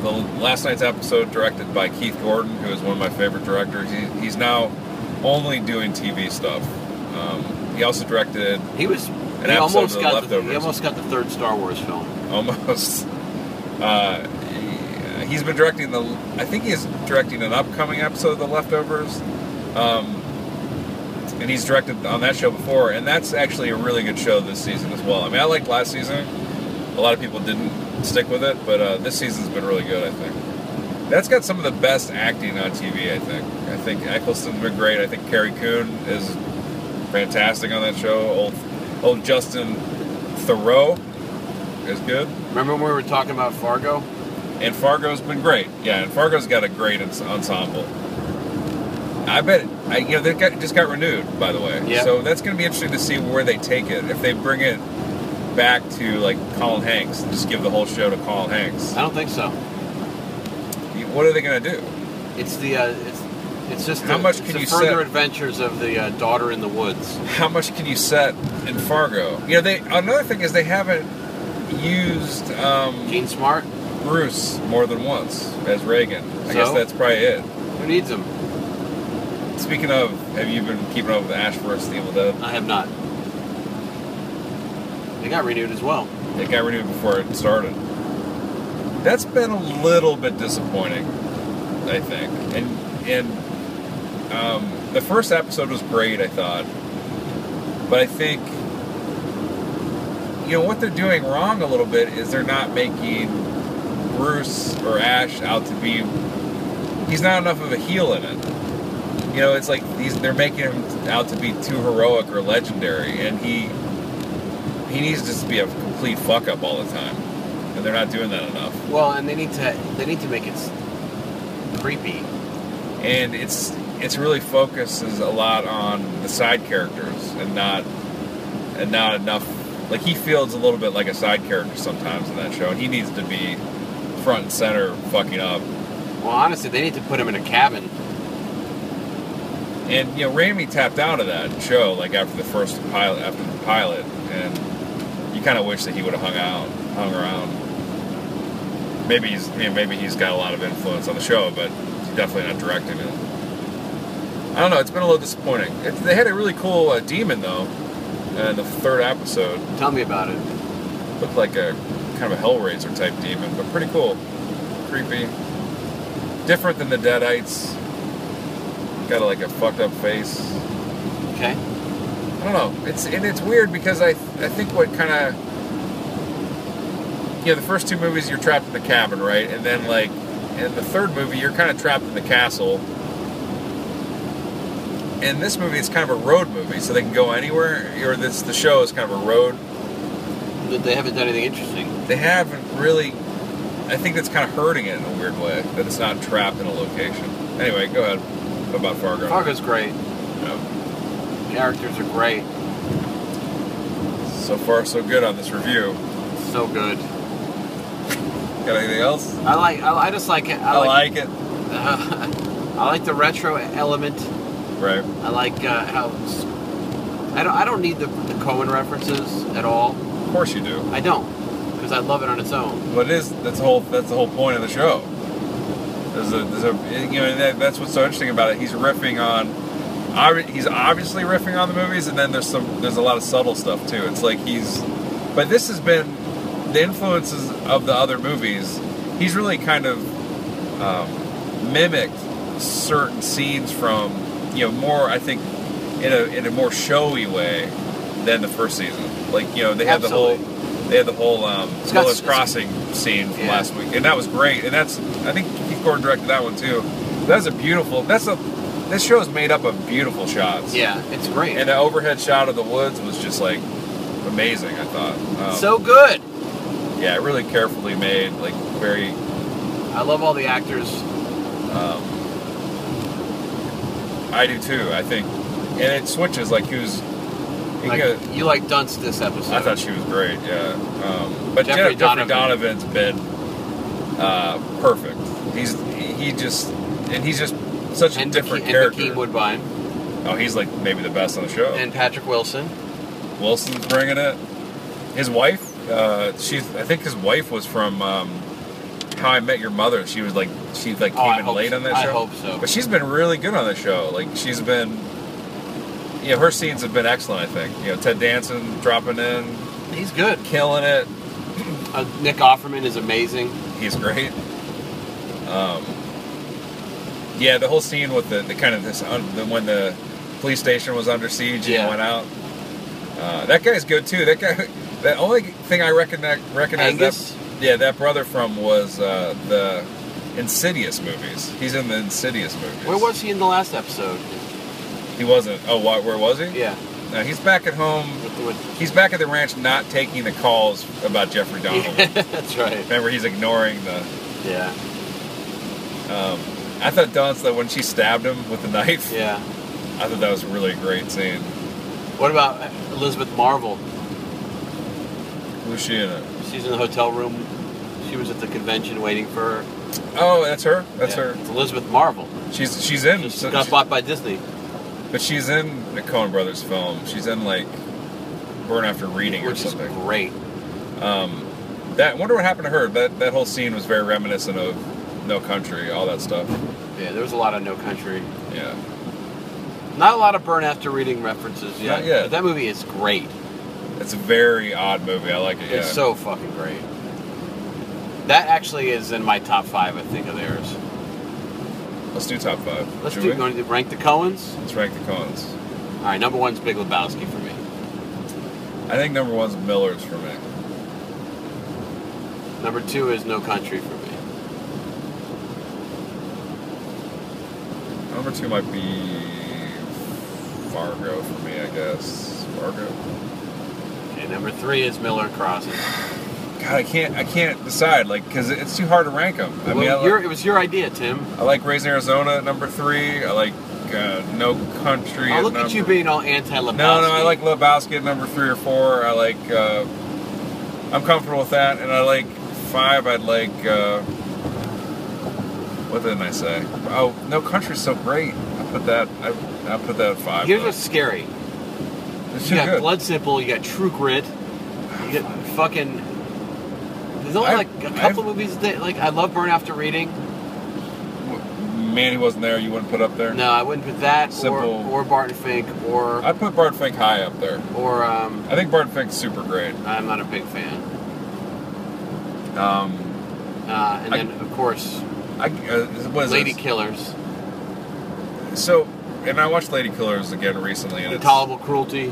A: the last night's episode directed by Keith Gordon, who is one of my favorite directors. He, he's now only doing TV stuff. Um, he also directed
B: He was. he
A: episode
B: almost
A: of The
B: got the, he
A: Leftovers.
B: almost got the third Star Wars film.
A: almost. Uh, he- he's been directing the. I think he's directing an upcoming episode of The Leftovers. Um, and he's directed on that show before, and that's actually a really good show this season as well. I mean, I liked last season. A lot of people didn't stick with it, but uh, this season's been really good. I think that's got some of the best acting on TV. I think. I think Eccleston's been great. I think Carrie Coon is fantastic on that show. Old, old Justin Thoreau is good.
B: Remember when we were talking about Fargo?
A: And Fargo's been great. Yeah, and Fargo's got a great ens- ensemble. I bet I you know they got just got renewed by the way.
B: Yeah.
A: So that's going to be interesting to see where they take it. If they bring it back to like Colin Hanks, just give the whole show to Colin Hanks.
B: I don't think so.
A: you- What are they going to do?
B: It's the. Uh, it's. It's just
A: How
B: the,
A: much
B: it's
A: can
B: the
A: you
B: further
A: set-
B: adventures of the uh, daughter in the woods.
A: How much can you set in Fargo? You know, they another thing is they haven't used um,
B: Gene Smart,
A: Bruce more than once as Reagan. I guess
B: So?
A: that's probably it.
B: who needs him?
A: Speaking of, have you been keeping up with Ash versus the Evil Dead?
B: I have not. They got renewed as well.
A: It got renewed before it started. That's been a little bit disappointing, I think. And and um, the first episode was great, I thought, but I think you know what they're doing wrong a little bit is they're not making Bruce or Ash out to be. He's not enough of a heel in it. You know, it's like these, they're making him out to be too heroic or legendary, and he he needs to just be a complete fuck up all the time, and they're not doing that enough.
B: Well, and they need to. They need to make it s- creepy.
A: And it's it's really focuses a lot on the side characters and not and not enough. Like he feels a little bit like a side character sometimes in that show, and he needs to be front and center fucking up.
B: Well, honestly, they need to put him in a cabin.
A: And you know, Raimi tapped out of that show like after the first pilot, after the pilot, and you kind of wish that he would have hung out, hung around. Maybe he's, you know, maybe he's got a lot of influence on the show, but he's definitely not directing it. I don't know. It's been a little disappointing. It, they had a really cool uh, demon though, in the third episode.
B: Tell me about it.
A: Looked like a kind of a Hellraiser type demon, but pretty cool, creepy, different than the Deadites. Got like a fucked up face.
B: Okay.
A: I don't know. It's and it's weird because I I think what kind of you know the first two movies you're trapped in the cabin, right? And then like in the third movie you're kind of trapped in the castle. In this movie it's kind of a road movie, so they can go anywhere. Or this the show is kind of a road.
B: That they haven't done anything interesting.
A: They haven't really. I think that's kind of hurting it in a weird way that it's not trapped in a location. Anyway, go ahead about Fargo.
B: Fargo's great.
A: Yeah.
B: Characters are great.
A: So far so good on this review.
B: So good.
A: Got anything else?
B: I like. I, I just like it. I,
A: I like it.
B: I like the retro element.
A: Right.
B: I like uh, how. s- I don't. I don't need the, the Cohen references at all.
A: Of course you do.
B: I don't, because I love it on its own.
A: But it is that's the whole that's the whole point of the show. There's a, there's a you know that, that's what's so interesting about it. He's riffing on, obvi- he's obviously riffing on the movies, and then there's some there's a lot of subtle stuff too. It's like he's, but this has been the influences of the other movies. He's really kind of um, mimicked certain scenes from you know more I think in a in a more showy way than the first season. Like you know they had the
B: Absolutely.
A: whole. They had the whole um,
B: It's got-
A: Willis
B: it's-
A: Crossing scene from
B: Yeah.
A: last week, and that was great. And that's I think Keith Gordon directed that one too. That's a beautiful. That's a this show is made up of beautiful shots.
B: Yeah, it's great.
A: And the overhead shot of the woods was just like amazing. I thought. Um,
B: so good.
A: yeah, really carefully made, like very
B: I love all the actors.
A: Um, I do too. I think, and it switches like who's. you
B: Like,
A: get-
B: you like Dunst this episode.
A: I thought she was great. Yeah, um, but
B: Jeffrey
A: Jeffrey, Jeffrey
B: Donovan.
A: Donovan's been uh, perfect. He's he just and he's just such a
B: and
A: different
B: Ke-
A: character.
B: And Hakeem Woodbine
A: oh, he's like maybe the best on the show.
B: and Patrick Wilson.
A: Wilson's bringing it. His wife, uh, she's I think his wife was from um, How I Met Your Mother. She was like she like
B: Oh,
A: came
B: I
A: in
B: hope
A: late
B: so.
A: on that
B: I
A: show.
B: hope so.
A: But she's been really good on the show. Like she's been, you know, her scenes have been excellent. I think you know Ted Danson dropping in,
B: He's good.
A: killing it.
B: Uh, Nick Offerman is amazing.
A: He's great. Um, yeah, the whole scene with the, the kind of this un, the, when the police station was under siege and
B: Yeah.
A: went out. Uh, that guy's good too. That guy. The only thing I recognize recognize
B: Angus?
A: that yeah that brother from was uh, the Insidious movies. He's in the Insidious movies.
B: Where was he in the last episode?
A: he? Wasn't. Oh, why, where was he?
B: Yeah,
A: No, he's back at home.
B: with, with,
A: He's back at the ranch, not taking the calls about Jeffrey Donovan.
B: that's right.
A: Remember, he's ignoring the.
B: Yeah,
A: Um, I thought Dunst that when she stabbed him with the knife,
B: yeah.
A: I thought that was a really great scene.
B: What about Elizabeth Marvel?
A: Who's she in it?
B: She's in the hotel room. She was at the convention waiting for her.
A: Oh, that's her. That's
B: Yeah,
A: her.
B: It's Elizabeth Marvel.
A: She's she's in.
B: She
A: so-
B: got
A: she-
B: bought by Disney.
A: but she's in the Coen Brothers film. She's in like Burn After Reading or
B: which is
A: something.
B: great.
A: Um, that wonder what happened to her. That that whole scene was very reminiscent of No Country, all that stuff.
B: Yeah, there was a lot of No Country.
A: Yeah.
B: Not a lot of Burn After Reading references yet.
A: Not yet.
B: But that movie is great.
A: It's a very odd movie. I like it. Yeah.
B: It's so fucking great. That actually is in my top five, I think, of theirs.
A: Let's do top five.
B: Let's
A: Should
B: do
A: we?
B: going to rank the Coens.
A: Let's rank the Coens.
B: All right, number one's Big Lebowski for me.
A: I think number one's Miller's for me.
B: Number two is No Country for me.
A: Number two might be Fargo for me, I guess. Fargo.
B: And number three is Miller Crossing.
A: God, I can't. I can't decide. Like, because it's too hard to rank them. I
B: Well,
A: mean, I
B: your,
A: like,
B: it was your idea, Tim.
A: I like Raising Arizona at number three. I like uh, No Country.
B: Oh,
A: at
B: look at you
A: number-
B: being all anti-Lebowski.
A: No, no. I like Lebowski at number three or four. I like. Uh, I'm comfortable with that, and I like five. I'd like. Uh, what didn't I say? Oh, No Country's so great. I put that. I, I put that at five.
B: Here's
A: though.
B: what's scary.
A: It's
B: You
A: too
B: got
A: good.
B: Blood Simple. You got True Grit. You got fucking. There's only
A: I-
B: like a
A: I-
B: couple movies that like I love Burn After Reading.
A: Man, he wasn't there. You wouldn't put up there.
B: No, I wouldn't put that or
A: Simple.
B: or Barton Fink or
A: I'd put Bart Fink high up there.
B: or um.
A: I think Bart Fink's super great.
B: I'm not a big fan.
A: Um,
B: Uh, and
A: I-
B: then of course
A: I uh, what is
B: Lady
A: this?
B: Killers,
A: So, and I watched Lady Killers again recently, and it's
B: Intolerable Cruelty.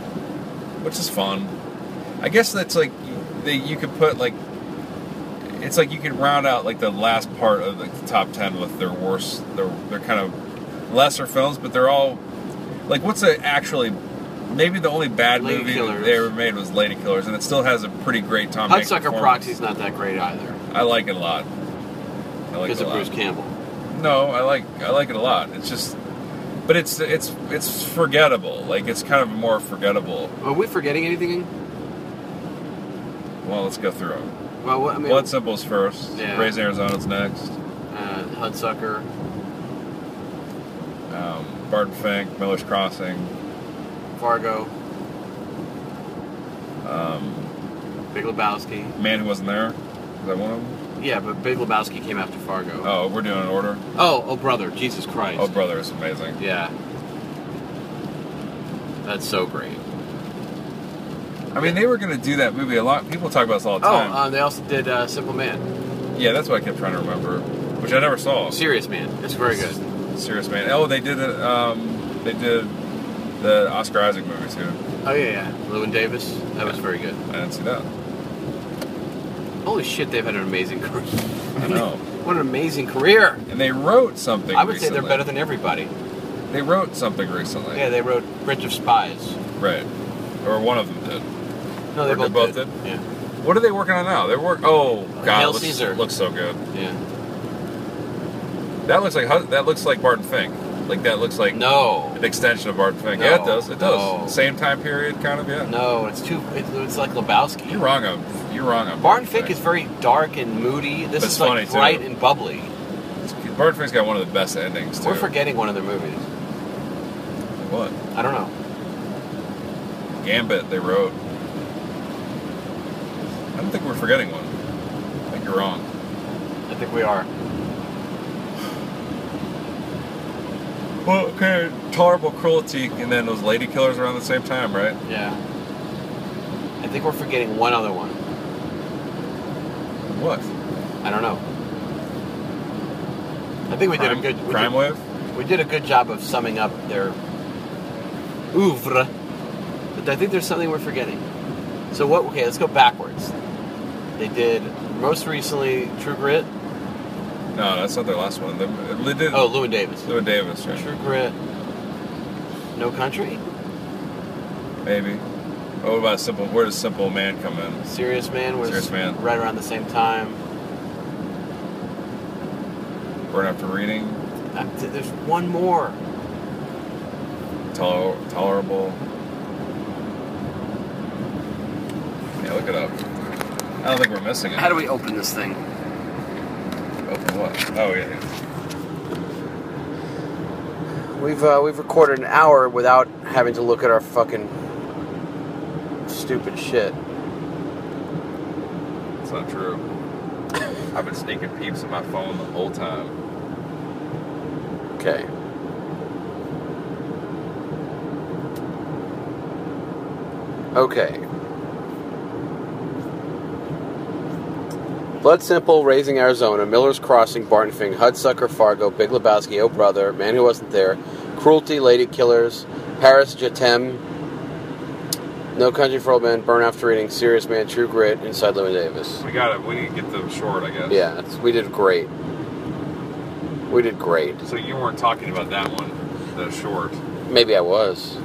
A: which is fun. I guess that's like they, you could put like it's like you could round out like the last part of the top ten with their worst, their their kind of lesser films, but they're all like what's a actually. Maybe the only bad
B: Lady
A: movie
B: Killers.
A: they ever made was Lady Killers, and it still has a pretty great Tom Hanks
B: Hudsucker
A: performance.
B: Proxy's not that great either
A: I like it a lot. I like
B: because
A: it a
B: of
A: lot.
B: Bruce Campbell.
A: No, I like I like it a lot. It's just, but it's it's it's forgettable. Like it's kind of more forgettable.
B: Are we forgetting anything?
A: Well, let's go through them.
B: Well, what, I mean,
A: Blood Simple's first.
B: Yeah.
A: Raising Arizona's next.
B: uh, Hudsucker,
A: Um, Barton Fink, Miller's Crossing,
B: Fargo,
A: um,
B: Big Lebowski.
A: Man Who Wasn't There. Is that one of them?
B: Yeah, but Big Lebowski came after Fargo.
A: Oh, we're doing an order.
B: Oh, oh, brother, Jesus Christ.
A: Oh, brother, it's amazing.
B: yeah. That's so great.
A: I mean, they were going to do that movie a lot. People talk about this all the
B: Oh,
A: time.
B: um, they also did uh, Simple Man,
A: yeah, that's what I kept trying to remember, which I never saw.
B: Serious Man. It's very good.
A: Serious man. Oh, they did it. Um, they did the Oscar Isaac movie too.
B: Oh yeah, yeah. Lewin Davis. That was very good.
A: I didn't see that.
B: Holy shit, they've had an amazing career.
A: I know.
B: What an amazing career.
A: And they wrote something.
B: I would say
A: recently.
B: they're better than everybody.
A: They wrote something recently.
B: Yeah, they wrote Bridge of Spies.
A: Right. Or one of them did.
B: No, they
A: Or
B: both,
A: they both
B: did. Yeah.
A: What are they working on now? They're work. Oh God,
B: Hail
A: looks,
B: Caesar.
A: looks so good.
B: Yeah.
A: That looks like Hus- that looks like Barton Fink. Like that looks like
B: No,
A: an extension of Barton Fink.
B: No,
A: yeah, it does. It does.
B: no.
A: Same time period, kind of. Yeah.
B: no, it's too. It, it's like Lebowski.
A: You're wrong on. You're wrong on.
B: Barton Fink is very dark and moody. This
A: That's
B: is
A: funny,
B: like
A: too.
B: bright and bubbly.
A: is. Barton Fink's got one of the best endings too.
B: We're forgetting one of their movies.
A: what?
B: I don't know.
A: Gambit they wrote. I don't think we're forgetting one. I think you're wrong.
B: I think we are.
A: Well, okay, tolerable cruelty, and then those lady killers around the same time, right?
B: Yeah. I think we're forgetting one other one.
A: What?
B: I don't know. I think we
A: crime,
B: did a good we
A: crime
B: did,
A: wave.
B: we did a good job of summing up their oeuvre. But I think there's something we're forgetting. So what? Okay, let's go backwards. They did most recently True Grit.
A: No, that's not their last one. They, they did
B: Oh, Lewin Davis.
A: Lewin Davis, right?
B: True Grit. No Country.
A: Maybe. Oh, what about simple? Where does Simple Man come in?
B: Serious Man was
A: Serious Man.
B: right around the same time.
A: Burn after reading.
B: Uh, th- There's one more.
A: Tol- tolerable. Yeah, look it up. I don't think we're missing it.
D: How do we open this thing?
A: Open what? Oh yeah.
D: We've uh, we've recorded an hour without having to look at our fucking stupid shit.
A: It's not true. I've been sneaking peeps on my phone the whole time.
D: Okay. Okay. Blood Simple, Raising Arizona, Miller's Crossing, Barton Fink, Hudsucker, Fargo, Big Lebowski, Oh Brother, Man Who Wasn't There, Cruelty, Lady Killers, Paris Jatem, No Country for Old Men, Burn After Reading, Serious Man, True Grit, Inside Lewin Davis.
A: We got it. We need to get them short, I guess.
D: Yeah, it's- we did great. We did great.
A: So you weren't talking about that one, the short.
D: Maybe I was.
A: No.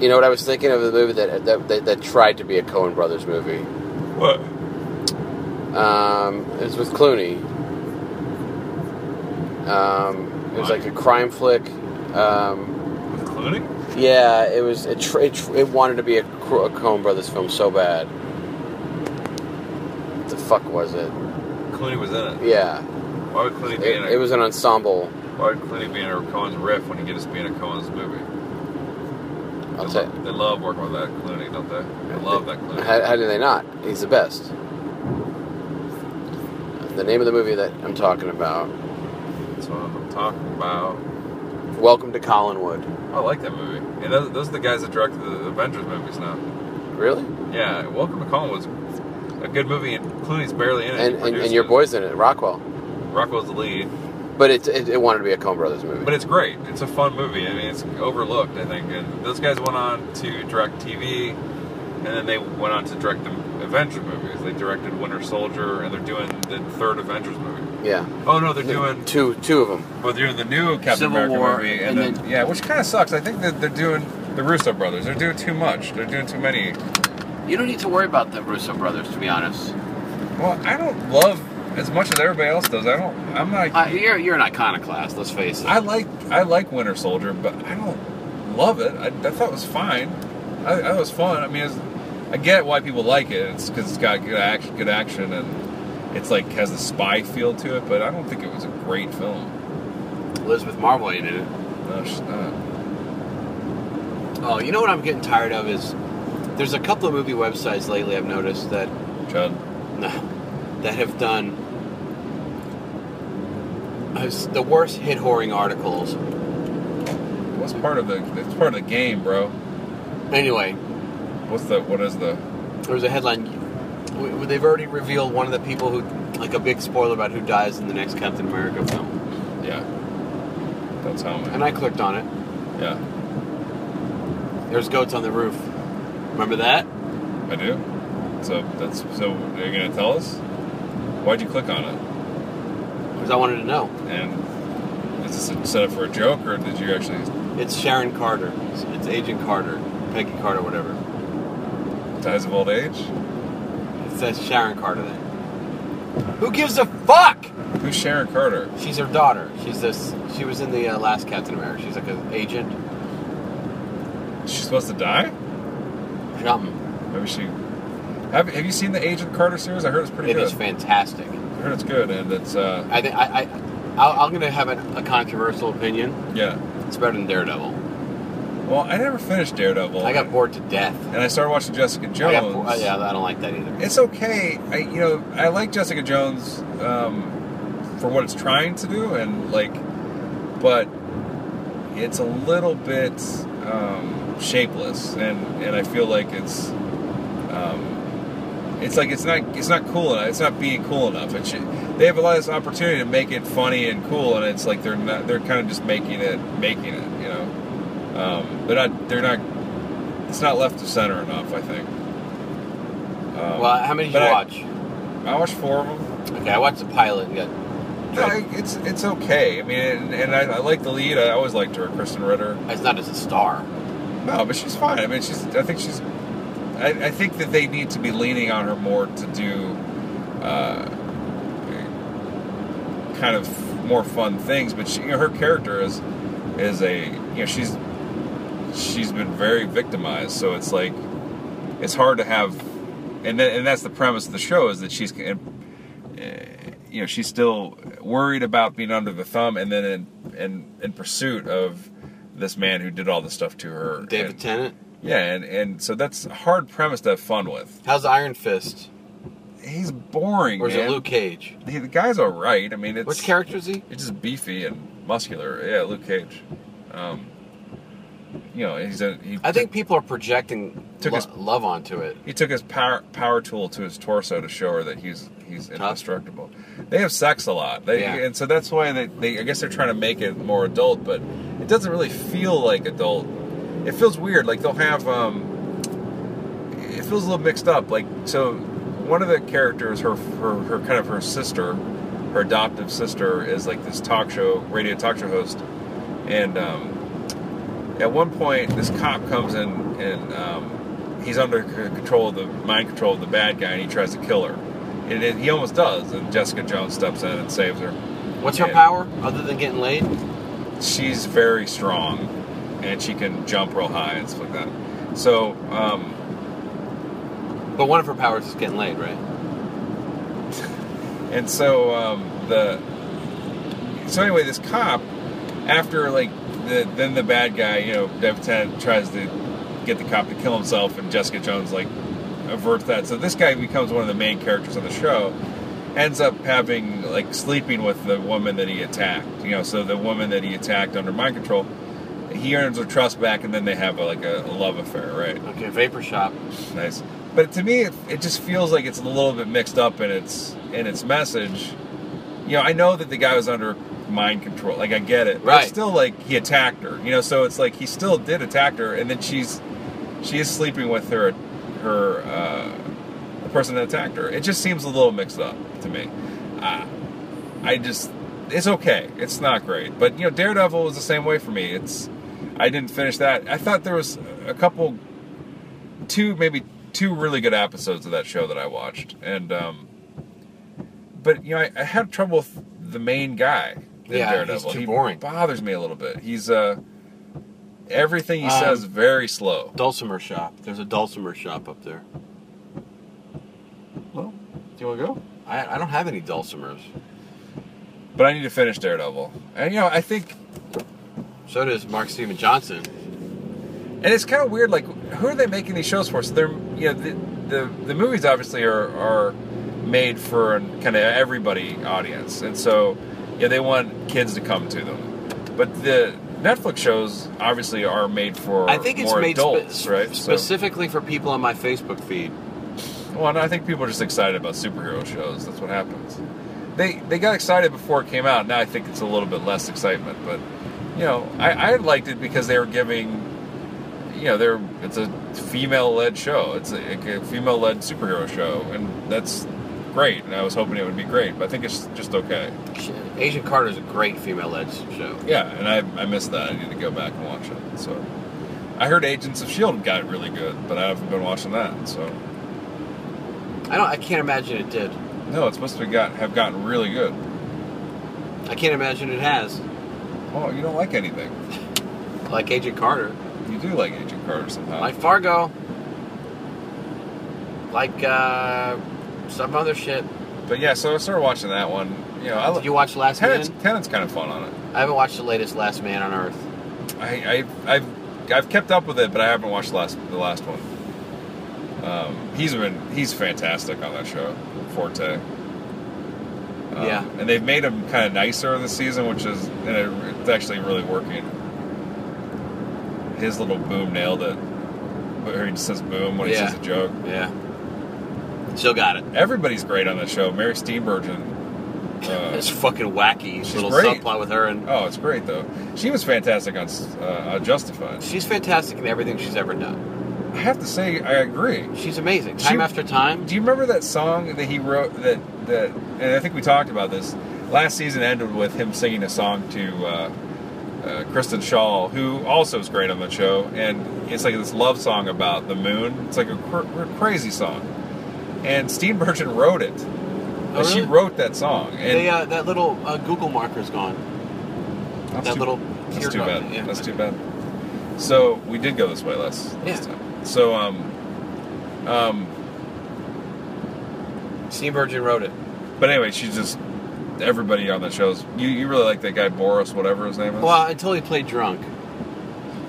D: You know what I was thinking of the movie that that, that, that tried to be a Coen Brothers movie.
A: What?
D: Um, it was with Clooney. Um, it was like a crime flick. Um,
A: With Clooney?
D: yeah, it was. It, tr- it, tr- it wanted to be a, Cro- a Coen Brothers film so bad. What the fuck was it?
A: Clooney was in it.
D: Yeah,
A: Why would Clooney be in a,
D: it, it was an ensemble.
A: Why would Clooney be in a Cohen's riff when he could just be in a Cohen's movie?
D: I'll
A: they,
D: say.
A: lo- they love working with that Clooney, don't they? They love that Clooney.
D: How, how do they not? He's the best. The name of the movie that I'm talking about.
A: That's what I'm talking about.
D: Welcome to Collinwood.
A: I like that movie. And those, those are the guys that directed the Avengers movies now.
D: Really?
A: Yeah, Welcome to Collinwood was a good movie, and Clooney's barely in it. He
D: and, and, and
A: produced
D: your
A: it.
D: boy's in it, Rockwell.
A: Rockwell's the lead,
D: But it, it, it wanted to be a Coen Brothers movie.
A: but it's great. It's a fun movie. I mean, it's overlooked, I think. And those guys went on to direct TV, and then they went on to direct the Avengers movies. They directed Winter Soldier, and they're doing the third Avengers movie.
D: yeah,
A: Oh no, they're doing
D: two two of them.
A: Well, they're doing the new Captain
D: Civil
A: America
D: War,
A: movie, and,
D: and
A: then, yeah, which kind of sucks. I think that they're doing the Russo brothers. They're doing too much. They're doing too many.
B: You don't need to worry about the Russo brothers, to be honest.
A: Well, I don't love as much as everybody else does. I don't. I'm not.
B: Uh, you're, you're an iconoclast, let's face it.
A: I like I like Winter Soldier, but I don't love it. I, I thought it was fine. I, I thought it was fun. I mean, it's, I get why people like it. It's because it's got good action, good action, and it's like has a spy feel to it. But I don't think it was a great film.
B: Elizabeth Marvel ain't in it.
A: No, she's not.
B: Oh, you know what I'm getting tired of is there's a couple of movie websites lately I've noticed that
A: Judd.
B: no, that have done has the worst hit whoring articles.
A: What's part of the? It's part of the game, bro.
B: Anyway,
A: What's the? What is the?
B: there was a headline. w- w- They've already revealed one of the people who, like a big spoiler about who dies in the next Captain America film,
A: Yeah. Don't tell me.
B: and I clicked on it.
A: yeah,
B: There's goats on the roof. Remember that?
A: I do. So that's so. Are you gonna tell us? Why'd you click on it?
B: Because I wanted to know.
A: And is this set up for a joke, or did you actually
B: It's Sharon Carter. It's, it's Agent Carter, Peggy Carter, whatever.
A: dies of old age?
B: It says Sharon Carter then. Who gives a fuck?
A: Who's Sharon Carter?
B: She's her daughter. She's this. She was in the uh, last Captain America. She's like an agent.
A: Is she supposed to die?
B: Something.
A: Maybe she. Have, have you seen the Agent Carter series? I heard it's pretty
B: It
A: good.
B: is fantastic.
A: I heard it's good, and it's uh,
B: I think I, I I'll, I'm gonna have a, a controversial opinion.
A: yeah.
B: It's better than Daredevil.
A: Well, I never finished Daredevil.
B: I got bored to death.
A: and I started watching Jessica Jones.
B: I got, bo- uh, yeah, I don't like that either.
A: it's okay. I you know I like Jessica Jones um, for what it's trying to do, and like, but it's a little bit um, shapeless, and and I feel like it's. Um, it's like it's not it's not cool enough. It's not being cool enough. It should, they have a lot of opportunity to make it funny and cool, and it's like they're not. They're kind of just making it making it. You know, um, they're not. They're not. It's not left of center enough. I think. Um,
B: Well, how many did you
A: but I-
B: watch?
A: I watched four of them.
B: Okay, I watched the pilot and got.
A: I, it's it's okay. I mean, and, and I, I like the lead. I always liked her, Kristen Ritter.
B: It's not as a star.
A: No, but she's fine. I mean, she's. I think she's. I, I think that they need to be leaning on her more to do, uh, kind of more fun things. But she, you know, her character is is a you know she's she's been very victimized. So it's like it's hard to have, and then, and that's the premise of the show is that she's. uh, You know, she's still worried about being under the thumb, and then in, in, in pursuit of this man who did all this stuff to her.
B: David
A: And-
B: Tennant.
A: yeah, and, and so that's a hard premise to have fun with.
B: How's Iron Fist?
A: He's boring.
B: Or is
A: man.
B: it Luke Cage?
A: He, the guy's all right. I mean, it's
B: Which character is he?
A: It's just beefy and muscular. Yeah, Luke Cage. Um, you know, he's a. He
B: I think
A: took,
B: people are projecting
A: Took
B: lo-
A: his-
B: love onto it.
A: he took his power power tool to his torso to show her that he's he's
B: Tough.
A: indestructible. They have sex a lot, they,
B: Yeah.
A: and so that's why they, they. I guess they're trying to make it more adult, but it doesn't really feel like adult. It feels weird. Like they'll have. Um, it feels a little mixed up. Like so, one of the characters, her her, her kind of her sister, her adoptive sister, is like this talk show radio talk show host, and um, at one point this cop comes in and um, he's under c- control of the mind control of the bad guy, and he tries to kill her, and it, he almost does, and Jessica Jones steps in and saves her.
B: What's her
A: Yeah.
B: power other than getting laid?
A: She's very strong, and she can jump real high and stuff like that. So. Um,
B: But one of her powers is getting laid, right?
A: And so um, the so anyway, this cop after like the then the bad guy, you know, Dev Ten tries to get the cop to kill himself, and Jessica Jones like averts that. So this guy becomes one of the main characters on the show. Ends up having like sleeping with the woman that he attacked. You know, so the woman that he attacked under mind control, he earns her trust back, and then they have like a, a love affair, right?
B: Okay, Vapor Shop.
A: nice. But to me, it, it just feels like it's a little bit mixed up in its in its message. You know, I know that the guy was under mind control. Like I get it. But
B: Right.
A: It's still like he attacked her. You know, so it's like he still did attack her, and then she's she is sleeping with her her uh, the person that attacked her. It just seems a little mixed up to me. I, I just it's okay. It's not great, but you know, Daredevil was the same way for me. It's I didn't finish that. I thought there was a couple two maybe two really good episodes of that show that I watched, and um, but you know I, I had trouble with the main guy. In
B: Yeah, he's
A: Daredevil.
B: too
A: he
B: boring.
A: Bothers me a little bit. He's uh, everything he
B: Um,
A: says is very slow.
B: Dulcimer Shop. There's a Dulcimer Shop up there.
A: Well, do you want to go?
B: I, I don't have any Dulcimers.
A: But I need to finish Daredevil, and you know I think,
B: So does Mark Steven Johnson.
A: and it's kind of weird. Like, who are they making these shows for? So they're you know the the, the movies obviously are are made for an kind of everybody audience, and so yeah they want kids to come to them. But the Netflix shows obviously are made for
B: I think it's
A: more
B: made spe-
A: adults, right? So-
B: specifically for people on my Facebook feed.
A: Well, and I think people are just excited about superhero shows. That's what happens. They they got excited before it came out. Now I think it's a little bit less excitement, but you know, I, I liked it because they were giving, you know, they're it's a female led show. It's a, female led superhero show, and that's great. And I was hoping it would be great, but I think it's just okay.
B: Agent Carter is a great female-led show.
A: Yeah, and I I missed that. I need to go back and watch it. So I heard Agents of Shield got really good, but I haven't been watching that. So
B: I don't. I can't imagine it did.
A: no, it's supposed to be got have gotten really good.
B: I can't imagine it has.
A: Oh, you don't like anything.
B: Like Agent Carter,
A: You do like Agent Carter somehow.
B: like Fargo, like uh, some other shit.
A: But yeah, so I started watching that one. You know, I
B: Did
A: like
B: you watch Last Man?
A: Tenet's, Tenet's kind of fun on it.
B: I haven't watched the latest Last Man on Earth.
A: I, I I've I've kept up with it, but I haven't watched the last the last one. Um, he's been he's fantastic on that show, Forte. Um,
B: Yeah.
A: and they've made him kind of nicer this season, which is and it, it's actually really working. His little boom nailed it. Where he just says boom when
B: Yeah.
A: he says a joke.
B: Yeah. Still got it.
A: Everybody's great on that show. Mary Steenburgen. Uh,
B: It's fucking wacky.
A: she's
B: little
A: great.
B: subplot with her, and
A: Oh, it's great though. She was fantastic on uh, on Justified.
B: she's fantastic in everything she's ever done.
A: I have to say, I agree.
B: She's amazing, time
A: She-
B: after time.
A: Do you remember that song that he wrote? That that, and I think we talked about this last season. Ended with him singing a song to uh, uh, Kristen Shaw, who also is great on the show, and it's like this love song about the moon. It's like a cr- crazy song, and Steenburgen wrote it. And She
B: Oh, really?
A: wrote that song, and
B: They, uh, that little uh, Google marker's gone.
A: That's
B: that
A: too-
B: little tear
A: That's too
B: drop,
A: bad.
B: yeah.
A: That's too bad. So we did go this way last, last
B: Yeah.
A: time. So um, um,
B: Steenburgen wrote it.
A: but anyway, she just everybody on the shows. You you really like that guy Boris, whatever his name is.
B: Well, until he played drunk,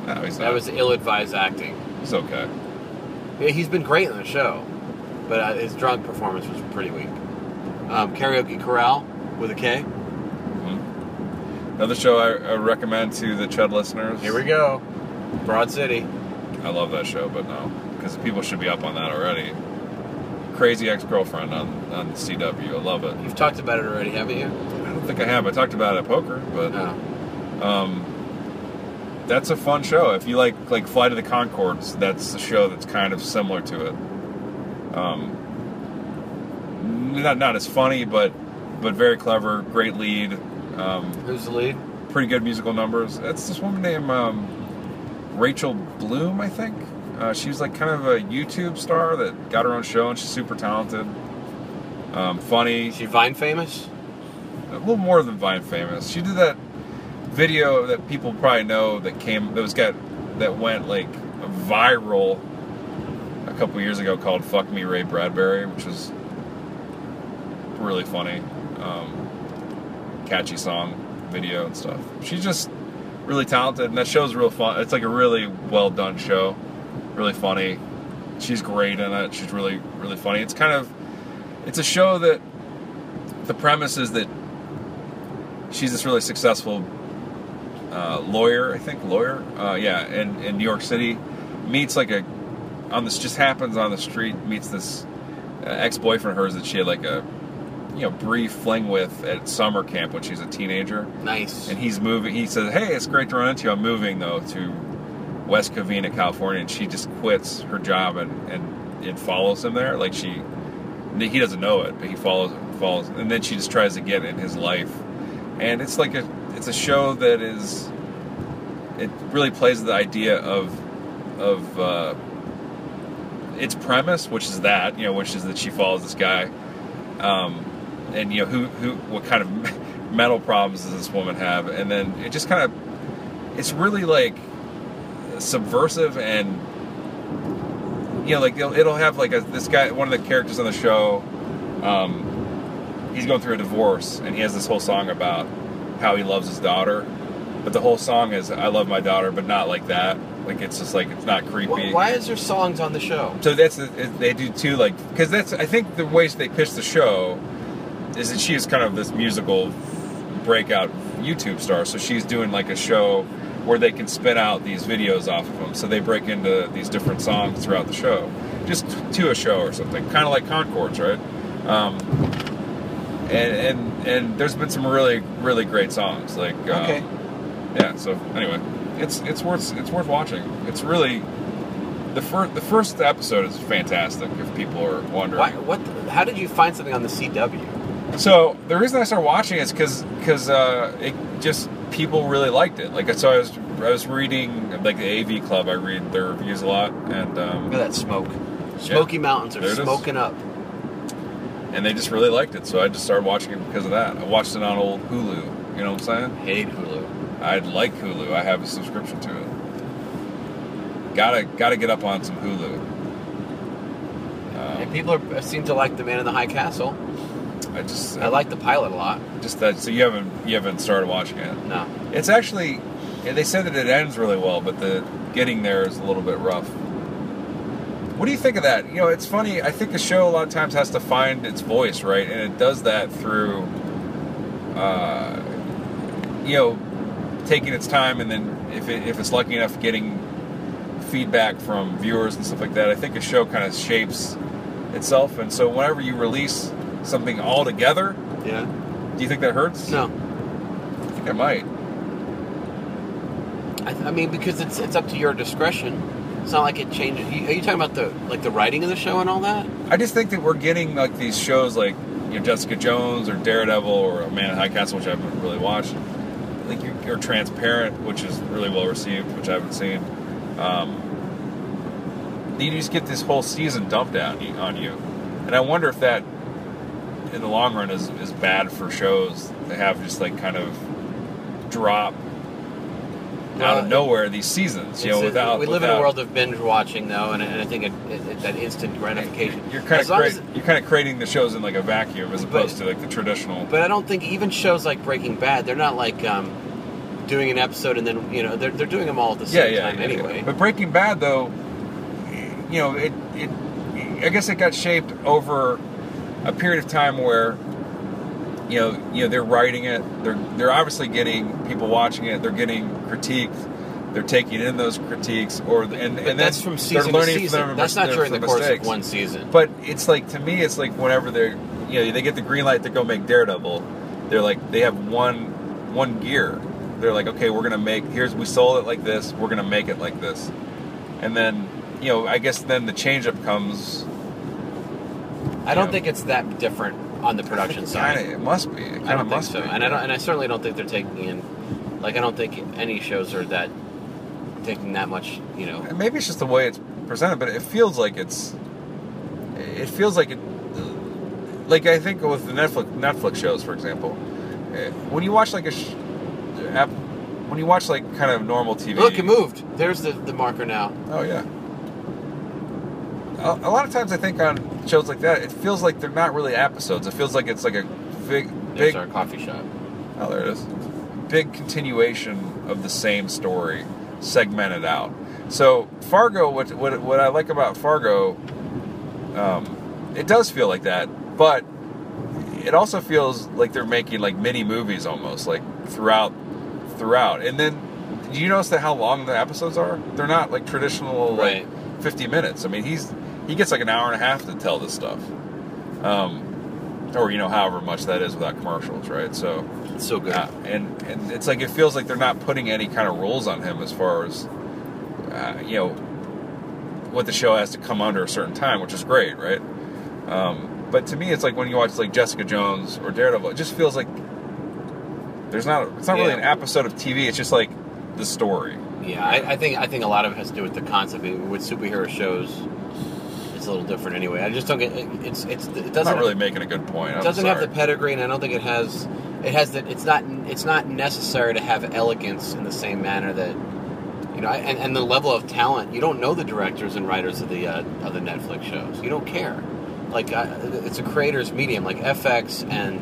A: no, he's
B: that
A: not.
B: was ill-advised acting.
A: he's okay.
B: Yeah, he's been great in the show, but uh, his drunk performance was pretty weak. Um, karaoke Corral with a K.
A: Another show I, I recommend to the Chud listeners.
B: Here we go. Broad City.
A: I love that show, but no, because people should be up on that already. Crazy ex-girlfriend on on CW. I love it.
B: You've talked about it already, haven't you?
A: I don't think I have. I talked about it at poker, but.
B: No.
A: Um, that's a fun show. If you like like Flight of the Concords, that's a show that's kind of similar to it. Um, not not as funny, but but very clever. Great lead. Um,
B: Who's the lead?
A: pretty good musical numbers. That's this woman named um, Rachel Bloom, I think. Uh, she was like kind of a YouTube star that got her own show, and she's super talented. Um, funny.
B: Is she Vine famous?
A: a little more than Vine famous. She did that video that people probably know that came that was got that went like viral a couple years ago called "Fuck Me Ray Bradbury," which was really funny, um, catchy song, video and stuff. She's just really talented, and that show's real fun. It's like a really well done show, really funny. She's great in it. She's really really funny. It's kind of it's a show that the premise is that she's this really successful uh, lawyer, I think lawyer, uh, yeah, in, in New York City, meets like a on this just happens on the street meets this uh, ex boyfriend of hers that she had like a you know brief fling with at summer camp when she's a teenager,
B: Nice.
A: and he's moving. He says, "Hey, it's great to run into you. I'm moving though to West Covina, California," and she just quits her job and and it follows him there. Like she, he doesn't know it, but he follows follows, and then she just tries to get in his life, and it's like a it's a show that is it really plays with the idea of of uh, its premise, which is that you know, which is that she follows this guy, um, and you know who who what kind of mental problems does this woman have, and then it just kind of it's really like subversive and you know like it'll, it'll have like a, this guy one of the characters on the show um, he's going through a divorce and he has this whole song about how he loves his daughter but the whole song is i love my daughter but not like that like it's just like it's not creepy
B: Wh- Why is there songs on the show?
A: so that's they do too, like because that's I think the ways they pitch the show is that she is kind of this musical breakout YouTube star. So she's doing like a show where they can spin out these videos off of them. So they break into these different songs throughout the show, just to a show or something, kind of like Concords, right? Um, and and and there's been some really really great songs like um,
B: Okay.
A: yeah. So anyway, it's it's worth it's worth watching. It's really the first the first episode is fantastic. If people are wondering,
B: Why, what? the- how did you find something on the CW?
A: so the reason I started watching it is because uh, it just people really liked it. Like so, I was I was reading like the AV Club. I read their reviews a lot, and
B: Look at
A: um,
B: that smoke. Smoky Mountains
A: There
B: are
A: it is.
B: smoking up.
A: and they just really liked it. So I just started watching it because of that. I watched it on old Hulu. You know what I'm
B: Hate Hulu.
A: saying? I like Hulu. I have a subscription to it. Gotta gotta get up on some Hulu.
B: And
A: Um,
B: people are, seem to like The Man in the High Castle.
A: I just
B: I like the pilot a lot.
A: just that. So you haven't you haven't started watching it.
B: No.
A: It's actually yeah, they said that it ends really well, but the getting there is a little bit rough. What do you think of that? You know, it's funny. I think a show a lot of times has to find its voice, right? And it does that through, uh, you know, taking its time, and then if it, if it's lucky enough, getting feedback from viewers and stuff like that. I think a show kind of shapes itself, and so whenever you release something all together,
B: Yeah.
A: do you think that hurts?
B: No.
A: I think it might.
B: I, th- I mean, because it's it's up to your discretion. It's not like it changes. You, are you talking about the like the writing of the show and all that?
A: I just think that we're getting like these shows like you know Jessica Jones or Daredevil or A Man in High Castle, which I haven't really watched. Like you- you're Transparent, which is really well received, which I haven't seen. Um, you just get this whole season dumped out on you- on you, and I wonder if that, in the long run, is is bad for shows to have just like kind of drop out
B: Uh,
A: of nowhere these seasons. You know,
B: It's-
A: without
B: we live in
A: without-
B: a world of binge watching though, and, and I think it, it, it, that instant gratification.
A: You're kind
B: As
A: of
B: long
A: crea-
B: as-
A: you're kind of creating the shows in like a vacuum as
B: But-
A: opposed to like the traditional.
B: But I don't think even shows like Breaking Bad, they're not like um, doing an episode and then you know they're, they're doing them all at the
A: yeah,
B: same
A: yeah,
B: time
A: yeah,
B: anyway.
A: yeah. But Breaking Bad, though, you know, it, it, I guess it got shaped over a period of time where, you know, you know, they're writing it. They're they're obviously getting people watching it. They're getting critiqued. They're taking in those critiques, or and, and
B: But
A: then
B: that's from season
A: they're
B: to
A: learning
B: season.
A: From their,
B: That's
A: mis-
B: not during the
A: from
B: course
A: mistakes.
B: of one season.
A: But it's like to me, it's like whenever they're you know they get the green light to go make Daredevil, they're like they have one one gear. They're like, okay, we're gonna make here's we sold it like this, we're gonna make it like this, and then you know I guess then the changeup comes.
B: I don't
A: yeah.
B: think it's that different on the production side.
A: Kinda, it must be. It kinda
B: I don't think
A: must
B: so,
A: be.
B: and I don't, and I certainly don't think they're taking in, like I don't think any shows are that taking that much, you know.
A: And maybe it's just the way it's presented, but it feels like it's. It feels like it. Like I think with the Netflix Netflix shows, for example, eh, when you watch like a, sh- app, when you watch like kind of normal TV,
B: Look, it moved. There's the, the marker now.
A: Oh yeah. A, a lot of times, I think on shows like that, it feels like they're not really episodes. It feels like it's like a big,
B: There's
A: big.
B: our coffee shop.
A: Oh, there it is. Big continuation of the same story, segmented out. So Fargo, what what, what I like about Fargo, um, it does feel like that, but it also feels like they're making like mini movies almost, like throughout, throughout. And then, do you notice that how long the episodes are? They're not like traditional
B: Right.
A: like fifty minutes. I mean, he's he gets like an hour and a half to tell this stuff. Um, or you know, however much that is without commercials, right? So,
B: It's so good.
A: uh, and and it's like it feels like they're not putting any kind of rules on him as far as uh, you know what the show has to come under a certain time, which is great, right? Um, but to me, it's like when you watch like Jessica Jones or Daredevil, it just feels like there's not it's not really
B: Yeah.
A: an episode of TV. It's just like the story.
B: yeah, I, I think I think a lot of it has to do with the concept. It- With superhero shows, it's a little different anyway. I just don't get it, it's it's it
A: That's
B: doesn't
A: not really making a good point.
B: it
A: I'm
B: doesn't have
A: sorry.
B: the pedigree, and I don't think it has it has that it's not it's not necessary to have elegance in the same manner that you know I- and, and the level of talent. You don't know the directors and writers of the uh, of the Netflix shows. You don't care. Like I, it's a creator's medium. Like FX and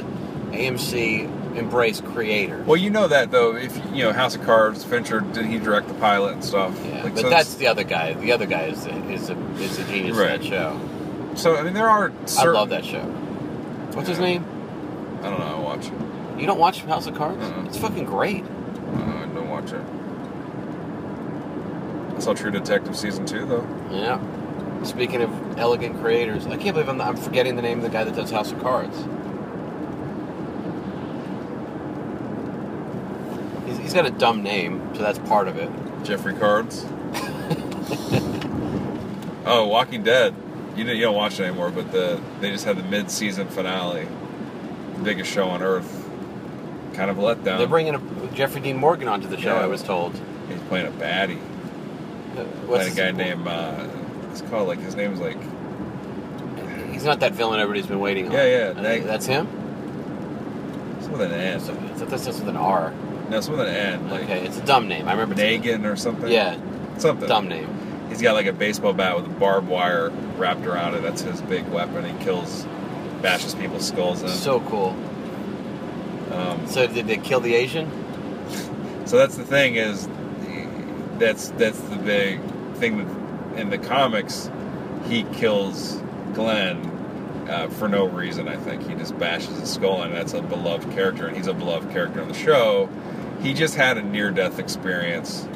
B: AMC embrace creators.
A: well, you know that though. If you know House of Cards, Fincher did he direct the pilot and stuff?
B: Yeah,
A: Like,
B: but
A: so it's-
B: that's the other guy. The other guy is a, is a, is a genius
A: Right.
B: of that show.
A: so. I mean, there are. Certain,
B: I love that show. What's his
A: Yeah.
B: name?
A: I don't know. I watch. it.
B: You don't watch House of Cards?
A: Mm-mm.
B: It's fucking great.
A: Uh, don't watch it. I saw True Detective season two though.
B: Yeah. Speaking of elegant creators, I can't believe I'm, I'm forgetting the name of the guy that does House of Cards. He's, he's got a dumb name, so that's part of it.
A: Jeffrey Cards. oh, Walking Dead. You don't, you don't watch it anymore, but the they just had the mid season finale, the biggest show on earth. Kind of a letdown.
B: They're bringing a, Jeffrey Dean Morgan onto the show.
A: Yeah.
B: I was told. Uh,
A: He's playing a baddie.
B: What's
A: playing a guy named. Uh, it's called like his name's like.
B: He's not that villain everybody's been waiting on.
A: Yeah, yeah,
B: I think
A: that-
B: that's him.
A: His Something with an N.
B: So it's, that's just with an R.
A: No, something with an N. Like
B: okay, it's a dumb name. I remember. it's
A: Nagin or
B: a-
A: something.
B: Yeah,
A: Something.
B: dumb name.
A: He's got like a baseball bat with a barbed wire wrapped around it. That's his big weapon. He kills, bashes people's skulls in.
B: So cool.
A: um,
B: So did they kill the Asian?
A: So that's the thing is, that's that's the big thing that in the comics, he kills Glenn uh, for no reason. I think he just bashes his skull, and that's a beloved character, and he's a beloved character on the show. He just had a near-death experience,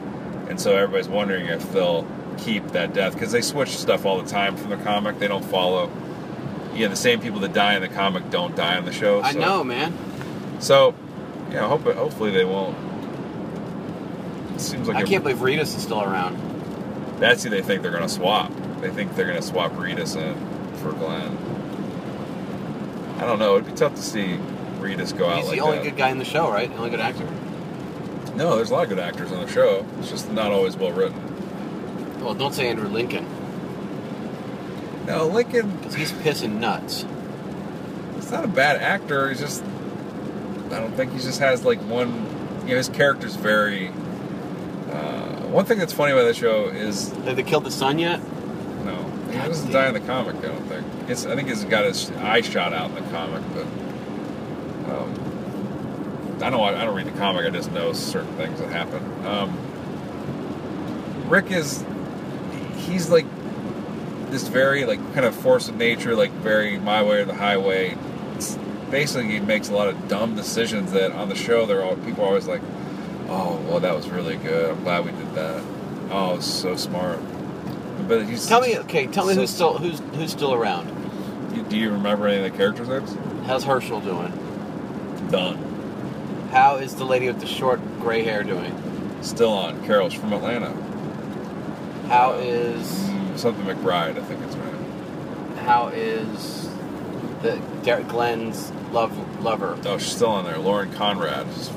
A: and so everybody's wondering if they'll keep that death because they switch stuff all the time from the comic. They don't follow. Yeah, the same people that die in the comic don't die on the show.
B: I
A: so-
B: know, man.
A: so, yeah, hope, hopefully they won't. It seems like
B: I
A: a-
B: can't believe Ritas is still around.
A: that's who they think they're going to swap. They think they're going to swap Reedus in for Glenn. I don't know. It'd be tough to see Reedus go out
B: He's
A: like
B: the only
A: that.
B: good guy in the show, right? The only good actor.
A: No, there's a lot of good actors on the show. It's just not always well written.
B: Well, don't say Andrew Lincoln
A: No, Lincoln.
B: because he's pissing nuts.
A: He's not a bad actor. He's just. I don't think he just has like one. You know, his character's very. Uh, one thing that's funny about that show is
B: Have they killed the son yet?
A: No, he
B: God
A: doesn't
B: damn.
A: die in the comic. I don't think. It's, I think he's got his eye shot out in the comic, but um, I don't. I don't read the comic. I just know certain things that happen. Um, Rick is. He's like this very like kind of force of nature, like very my way or the highway. It's, basically, he makes a lot of dumb decisions that on the show they're all people are always like, "Oh, well, that was really good. I'm glad we did that. Oh, it was so smart." But he's
B: Tell me, okay, tell me
A: So-
B: who's still who's who's still around.
A: You- Do you remember any of the characters' names?
B: How's Herschel doing?
A: Done.
B: How is the lady with the short gray hair doing?
A: Still on. Carol's from Atlanta.
B: How is
A: Mm, Something McBride, I think it's her name.
B: how is the Derek Glenn's love lover?
A: Oh, she's still on there. Lauren Conrad. She's,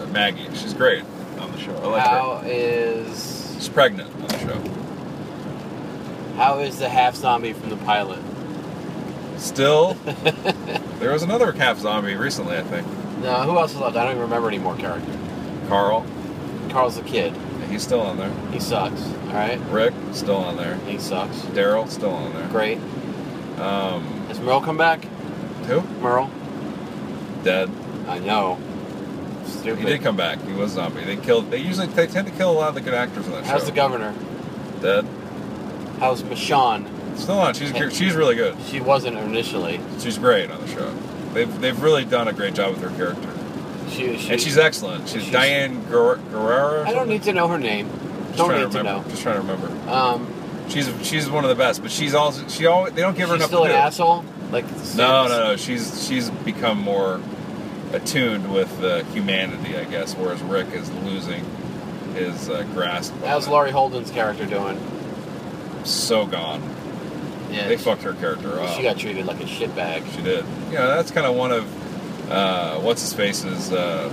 A: uh, Maggie. She's great on the show. I like her.
B: How is
A: She's pregnant on the show.
B: how is the half zombie from the pilot?
A: Still. there was another half zombie recently, I think.
B: No, who else is left? I don't even remember any more characters.
A: Carl.
B: Carl's the kid.
A: Yeah, He's still on there.
B: He sucks. All right,
A: Rick. Still on there.
B: he sucks.
A: Daryl. Still on there.
B: Great.
A: Um,
B: Has Merle come back?
A: who?
B: Merle?
A: Dead.
B: I know. Stupid.
A: He did come back. He was a zombie. They killed. They usually they tend to kill a lot of the good actors on that
B: How's
A: show.
B: the governor?
A: Dead.
B: How's Michonne?
A: Still on. She's
B: Hey.
A: she's really good.
B: She wasn't initially.
A: She's great on the show. They've they've really done a great job with her character,
B: She, she
A: and she's excellent. She's,
B: she's-
A: Diane Guer- Guerrero. or
B: I don't
A: something?
B: need to know her name.
A: Just
B: Don't
A: trying
B: need to
A: remember.
B: know.
A: Just trying to remember.
B: Um,
A: She's she's one of the best, but she's also she always they don't give her
B: she's
A: enough.
B: still
A: to
B: an
A: do.
B: asshole. Like
A: No, no, no. She's she's become more attuned with uh, humanity, I guess. Whereas Rick is losing his uh, grasp. on
B: How's
A: it.
B: Laurie Holden's character doing?
A: So gone.
B: Yeah,
A: They
B: she,
A: fucked her character up.
B: she got treated like a shitbag.
A: She did. You know, that's kind of one of uh, what's his face's uh,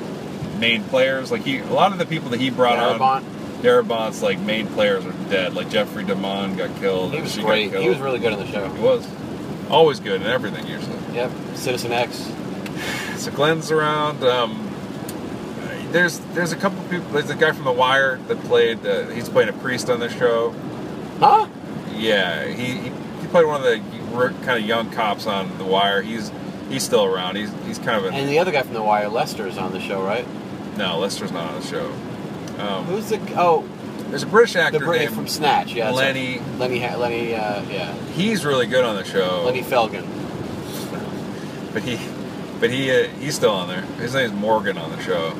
A: main players. Like he, a lot of the people that he brought
B: Darabont,
A: on, Darabont's like main players are dead. Like Jeffrey Damon got killed.
B: he
A: and
B: was
A: she
B: great.
A: Got
B: He
A: killed.
B: was really good on the show.
A: He was always good in everything usually.
B: Yep, Citizen X.
A: So Glenn's around. Um, there's there's a couple people. There's a guy from The Wire that played. Uh, he's playing a priest on this show.
B: Huh?
A: Yeah, he, he he played one of the kind of young cops on The Wire. He's he's still around. He's he's kind of an
B: And the other guy from The Wire, Lester, is on the show, right?
A: No, Lester's not on the show. Um,
B: Who's the oh
A: there's a British actor
B: the Brit
A: named
B: from Snatch? Yeah, that's right.
A: Lenny.
B: Lenny. Ha- Lenny. Uh, yeah.
A: He's really good on the show,
B: Lenny Felgen.
A: but he, but he, uh, he's still on there. His name's Morgan on the show.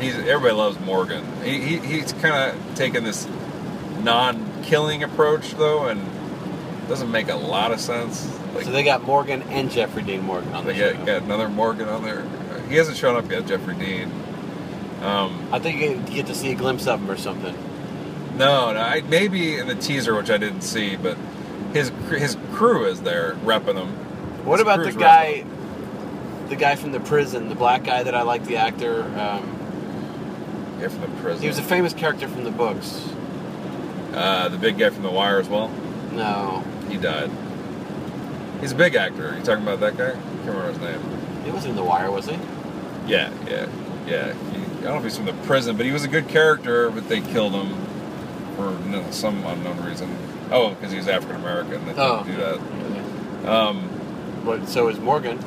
A: He's everybody loves Morgan. He, he he's kind of taken this non-killing approach though, and doesn't make a lot of sense. Like
B: so they got Morgan and Jeffrey Dean Morgan on the
A: they
B: show.
A: got, got another Morgan on there. He hasn't shown up yet, Jeffrey Dean. Um,
B: I think you get to see a glimpse of him or something.
A: No, no I, maybe in the teaser, which I didn't see, but his cr- his crew is there repping him.
B: What
A: His
B: about the
A: crew's
B: guy, the guy from the prison, the black guy that I like, the actor? Um,
A: repping him. Yeah, from the prison.
B: he was a famous character from the books.
A: uh, the big guy from The Wire as well.
B: No,
A: He died. He's a big actor. You talking about that guy? I can't remember his name.
B: he wasn't in The Wire, was he?
A: Yeah, yeah, yeah. He, I don't know if he's from the prison, but he was a good character, but they killed him for no, some unknown reason. Oh, because he was African American. They didn't
B: Oh.
A: do that. Um,
B: But so is Morgan.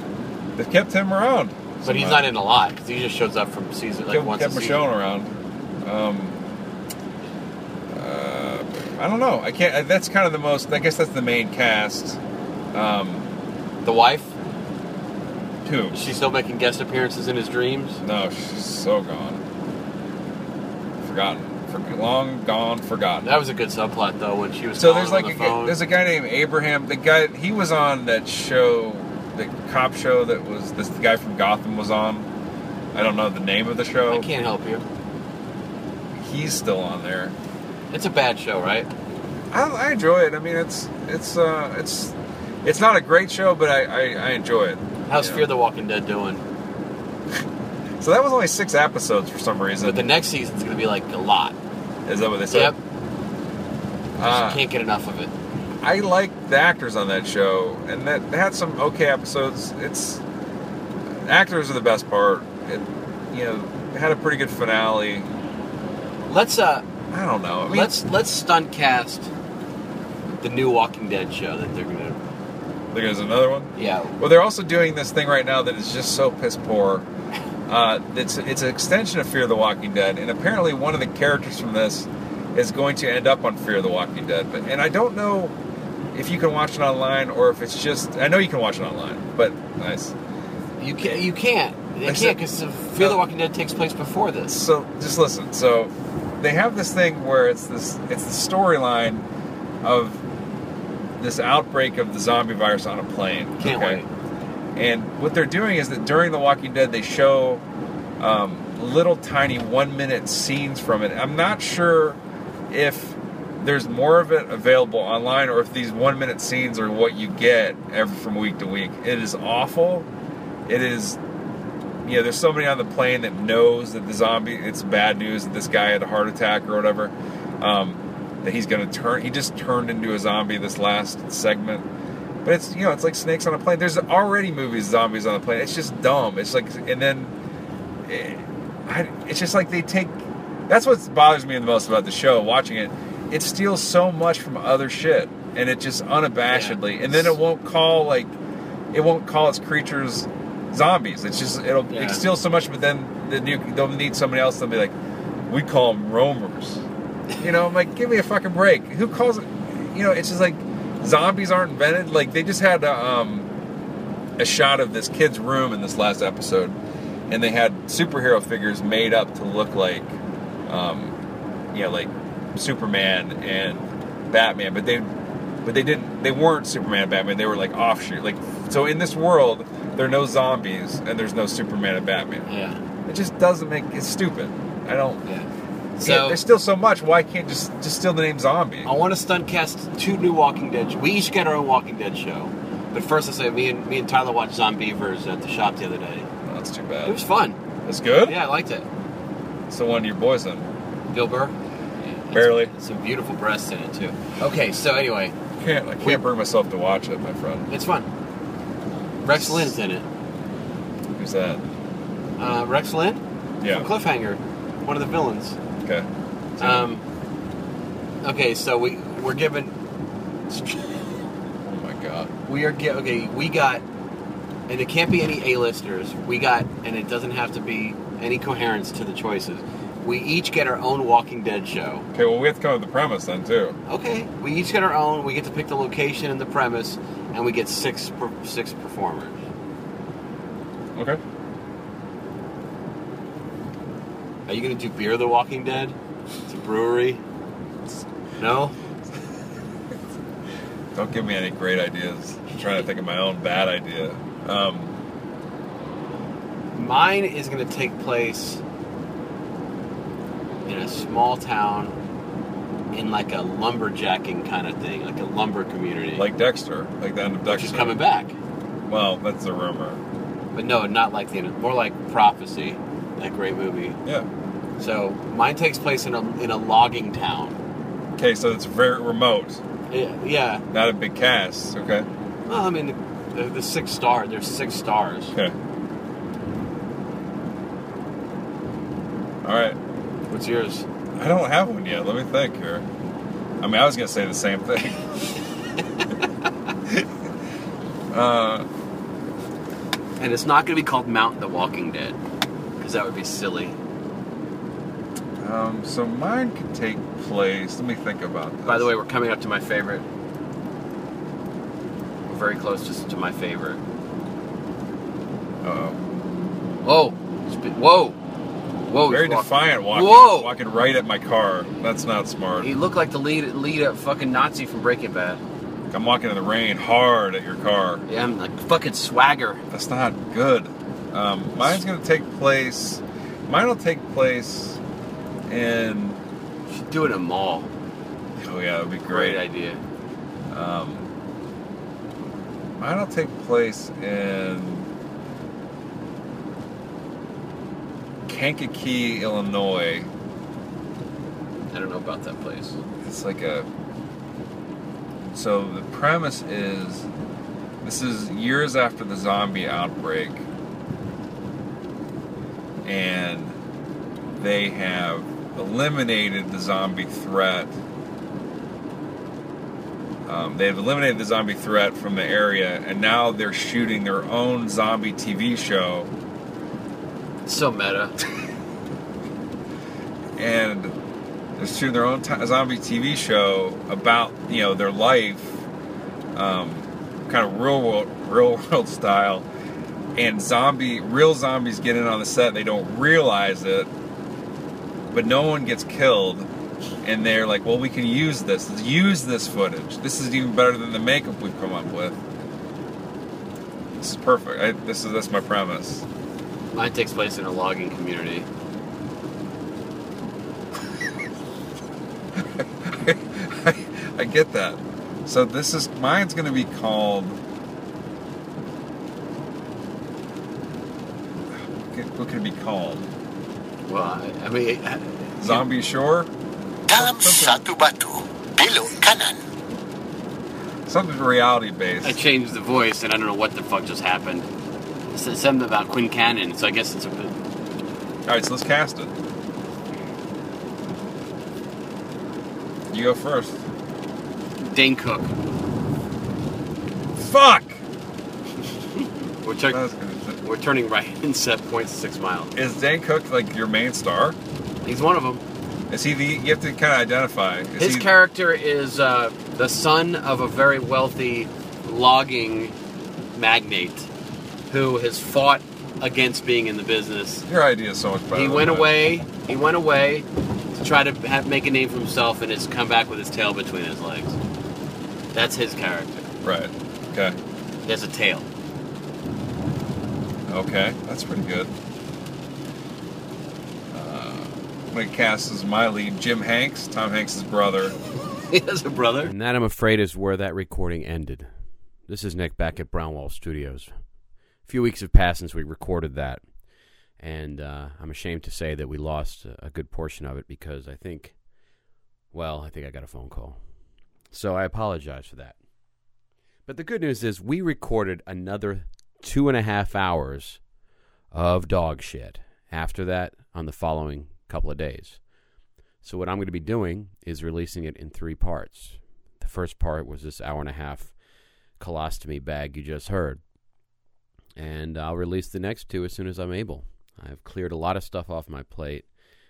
A: they kept him around.
B: But he's not in a lot 'cause he just shows up from season like
A: kept,
B: once
A: kept
B: a
A: Michonne
B: season.
A: around. Um, uh, I don't know. I can't. I, that's kind of the most. I guess that's the main cast. Um,
B: The wife,
A: too.
B: is she still making guest appearances in his dreams?
A: No, she's so gone. Forgotten. For, long gone. Forgotten.
B: That was a good subplot though when she was
A: So
B: calling
A: there's like
B: on
A: a
B: the
A: guy,
B: phone.
A: there's a guy named Abraham. The guy he was on that show, the cop show that was this guy from Gotham was on. I don't know the name of the
B: I
A: show.
B: can't help you.
A: He's still on there.
B: It's a bad show, right?
A: I, I enjoy it. I mean, it's it's uh, it's it's not a great show, but I I, I enjoy it.
B: How's
A: Yeah.
B: Fear the Walking Dead doing?
A: So that was only six episodes for some reason.
B: But the next season's gonna be like a lot.
A: Is that what they
B: yep.
A: said?
B: I
A: Uh,
B: can't get enough of it.
A: I like the actors on that show, and that they had some okay episodes. It's actors are the best part. It, you know, it had a pretty good finale.
B: Let's uh
A: I don't know. I mean,
B: let's let's stunt cast the new Walking Dead show that they're gonna
A: look, there's another one.
B: Yeah.
A: Well, they're also doing this thing right now that is just so piss poor. Uh, it's it's an extension of Fear the Walking Dead, and apparently one of the characters from this is going to end up on Fear the Walking Dead. But and I don't know if you can watch it online or if it's just I know you can watch it online, but nice.
B: You can't you can't. You can't
A: Except-
B: because Fear the Walking Dead takes place before this.
A: so just listen so they have this thing where it's this it's the storyline of this outbreak of the zombie virus on a plane
B: Can't wait.
A: and what they're doing is that during the walking dead they show um, little tiny one minute scenes from it i'm not sure if there's more of it available online or if these one minute scenes are what you get every from week to week it is awful it is you know, there's somebody on the plane that knows that the zombie, it's bad news that this guy had a heart attack or whatever, um, that he's going to turn, he just turned into a zombie this last segment. But it's, you know, it's like snakes on a plane. There's already movies, zombies on the plane. It's just dumb. It's like, and then eh, I, it's just like they take, that's what bothers me the most about the show, watching it. It steals so much from other shit, and it just unabashedly,
B: Yeah.
A: and then it won't call, like, it won't call its creatures zombies. It's just it'll
B: Yeah.
A: it steals so much, but then the new, they'll need somebody else. They'll be like, we call them roamers. You know, I'm like, give me a fucking break. Who calls it? You know, it's just like zombies aren't invented. Like they just had a, um, a shot of this kid's room in this last episode, and they had superhero figures made up to look like, um, you know, like Superman and Batman, but they but they didn't they weren't Superman and Batman, they were like offshoot. Like so in this world, there are no zombies and there's no Superman and Batman.
B: Yeah.
A: It just doesn't make it's stupid. I don't
B: Yeah.
A: so,
B: So Oh.
A: there's still so much, why can't just just steal the name zombie?
B: I want to stunt cast two new Walking Dead. We each get our own Walking Dead show. But first, I say me and me and Tyler watched Zombievers at the shop the other day.
A: No, that's too
B: It was
A: bad.
B: fun.
A: That's good?
B: Yeah, I liked it.
A: It's the one your boys in.
B: Bill Burr.
A: Barely.
B: Some beautiful breasts in it too. Okay, so anyway,
A: Can't I can't
B: We-
A: bring myself to watch it, my friend.
B: it's fun. Rex Lynn's in it.
A: Who's that?
B: Uh, Rex Lynn,
A: Yeah.
B: Cliffhanger, one of the villains.
A: Oh. Okay.
B: Um, okay, so we we're given
A: Oh my god.
B: we are get okay. We got, and it can't be any A-listers. We got, and it doesn't have to be any coherence to the choices. We each get our own Walking Dead show.
A: Okay, well we have to come up with the premise then too.
B: Okay, we each get our own. We get to pick the location and the premise, and we get six per, six performers.
A: Okay.
B: Are you gonna do Beer the Walking Dead? It's a brewery. No.
A: Don't give me any great ideas. I'm trying to think of my own bad idea. Um,
B: Mine is going to take place in a small town in like a lumberjacking kind of thing, like a lumber community.
A: like Dexter, like the end of
B: she's
A: Dexter.
B: coming back.
A: Well, that's the rumor.
B: But no, not like the more like Prophecy, that great movie.
A: Yeah.
B: So mine takes place in a in a logging town.
A: Okay, so it's very remote,
B: Yeah, yeah.
A: not a big cast. Okay.
B: Well, I mean, the, the, the six star. There's six stars.
A: Okay. All right.
B: What's yours?
A: I don't have one yet. Let me think here. I mean, I was gonna say the same thing. uh,
B: And it's not going to be called Mount the Walking Dead, because that would be silly.
A: um, so mine could take place. Let me think about this.
B: By the way, we're coming up to my favorite. We're very close to, to my favorite.
A: Uh-oh.
B: Whoa! It's been- whoa! Whoa! oh, he's
A: very
B: walking.
A: defiant walking.
B: Whoa!
A: Walking right at my car. That's not smart.
B: He looked like the lead lead up fucking Nazi from Breaking Bad.
A: I'm walking in the rain hard at your car.
B: Yeah, I'm like fucking swagger.
A: That's not good. Um, mine's gonna take place. Mine will take place in.
B: Should do it in a mall.
A: Oh yeah, that'd be
B: Great
A: great.
B: idea.
A: Um, mine'll take place in Kankakee, Illinois.
B: I don't know about that place.
A: It's like a. So the premise is, this is years after the zombie outbreak, and they have eliminated the zombie threat. Um, they've eliminated the zombie threat from the area, and now they're shooting their own zombie TV show.
B: It's so meta.
A: and they're shooting their own t- zombie TV show about you know their life, um, kind of real world, real world style, and zombie real zombies get in on the set. They don't realize it, but no one gets killed, and they're like, "Well, we can use this. Let's use this footage. This is even better than the makeup we've come up with." This is perfect. I, this is that's my premise.
B: Mine takes place in a logging community.
A: I, I get that. So this is mine's going to be called. What could it be called?
B: Well, I, I mean,
A: Zombie Shore?
C: Tam Satubatu, Bilo Kanan.
A: Something reality
B: I
A: based.
B: changed the voice, and I don't know what the fuck just happened. It said something about Quinn Cannon, so I guess it's a.
A: All right, so let's cast it. You go first.
B: Dane Cook.
A: Fuck.
B: We're,
A: That
B: tur-
A: was gonna-
B: we're turning right in 7.6 mile.
A: Is Dan Cook like your main star?
B: He's one of them.
A: Is he the? You have to kind of identify. Is
B: His
A: he,
B: character is uh, the son of a very wealthy logging magnate who has fought against being in the business.
A: Your idea is so much better.
B: He
A: than
B: went
A: mine.
B: away. He went away to try to ha make a name for himself, and has come back with his tail between his legs. That's his character.
A: Right. Okay.
B: He has a tail.
A: Okay, that's pretty good. Uh, my cast is my lead, Jim Hanks, Tom Hanks' brother.
B: He has a brother.
E: And that, I'm afraid, is where that recording ended. This is Nick back at Brownwall Studios. A few weeks have passed since we recorded that, and uh, I'm ashamed to say that we lost a- a good portion of it because I think, well, I think I got a phone call. So I apologize for that. But the good news is we recorded another two and a half hours of dog shit after that on the following couple of days. So what I'm going to be doing is releasing it in three parts. The first part was this hour and a half colostomy bag you just heard. And I'll release the next two as soon as I'm able. I've cleared a lot of stuff off my plate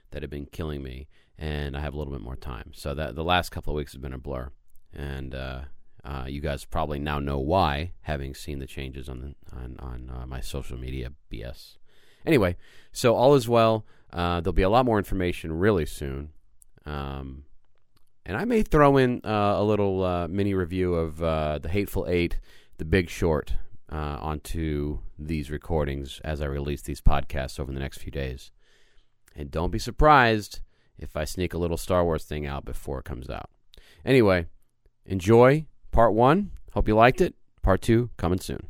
E: that had been killing me, and I have a little bit more time. So that the last couple of weeks has been a blur, and uh, uh, you guys probably now know why, having seen the changes on the, on on uh, my social media BS. Anyway, so all is well. Uh, there'll be a lot more information really soon. Um, and I may throw in uh, a little uh, mini review of uh, The Hateful Eight, The Big Short, uh, onto these recordings as I release these podcasts over the next few days. And don't be surprised if I sneak a little Star Wars thing out before it comes out. Anyway, enjoy part one. Hope you liked it. Part two coming soon.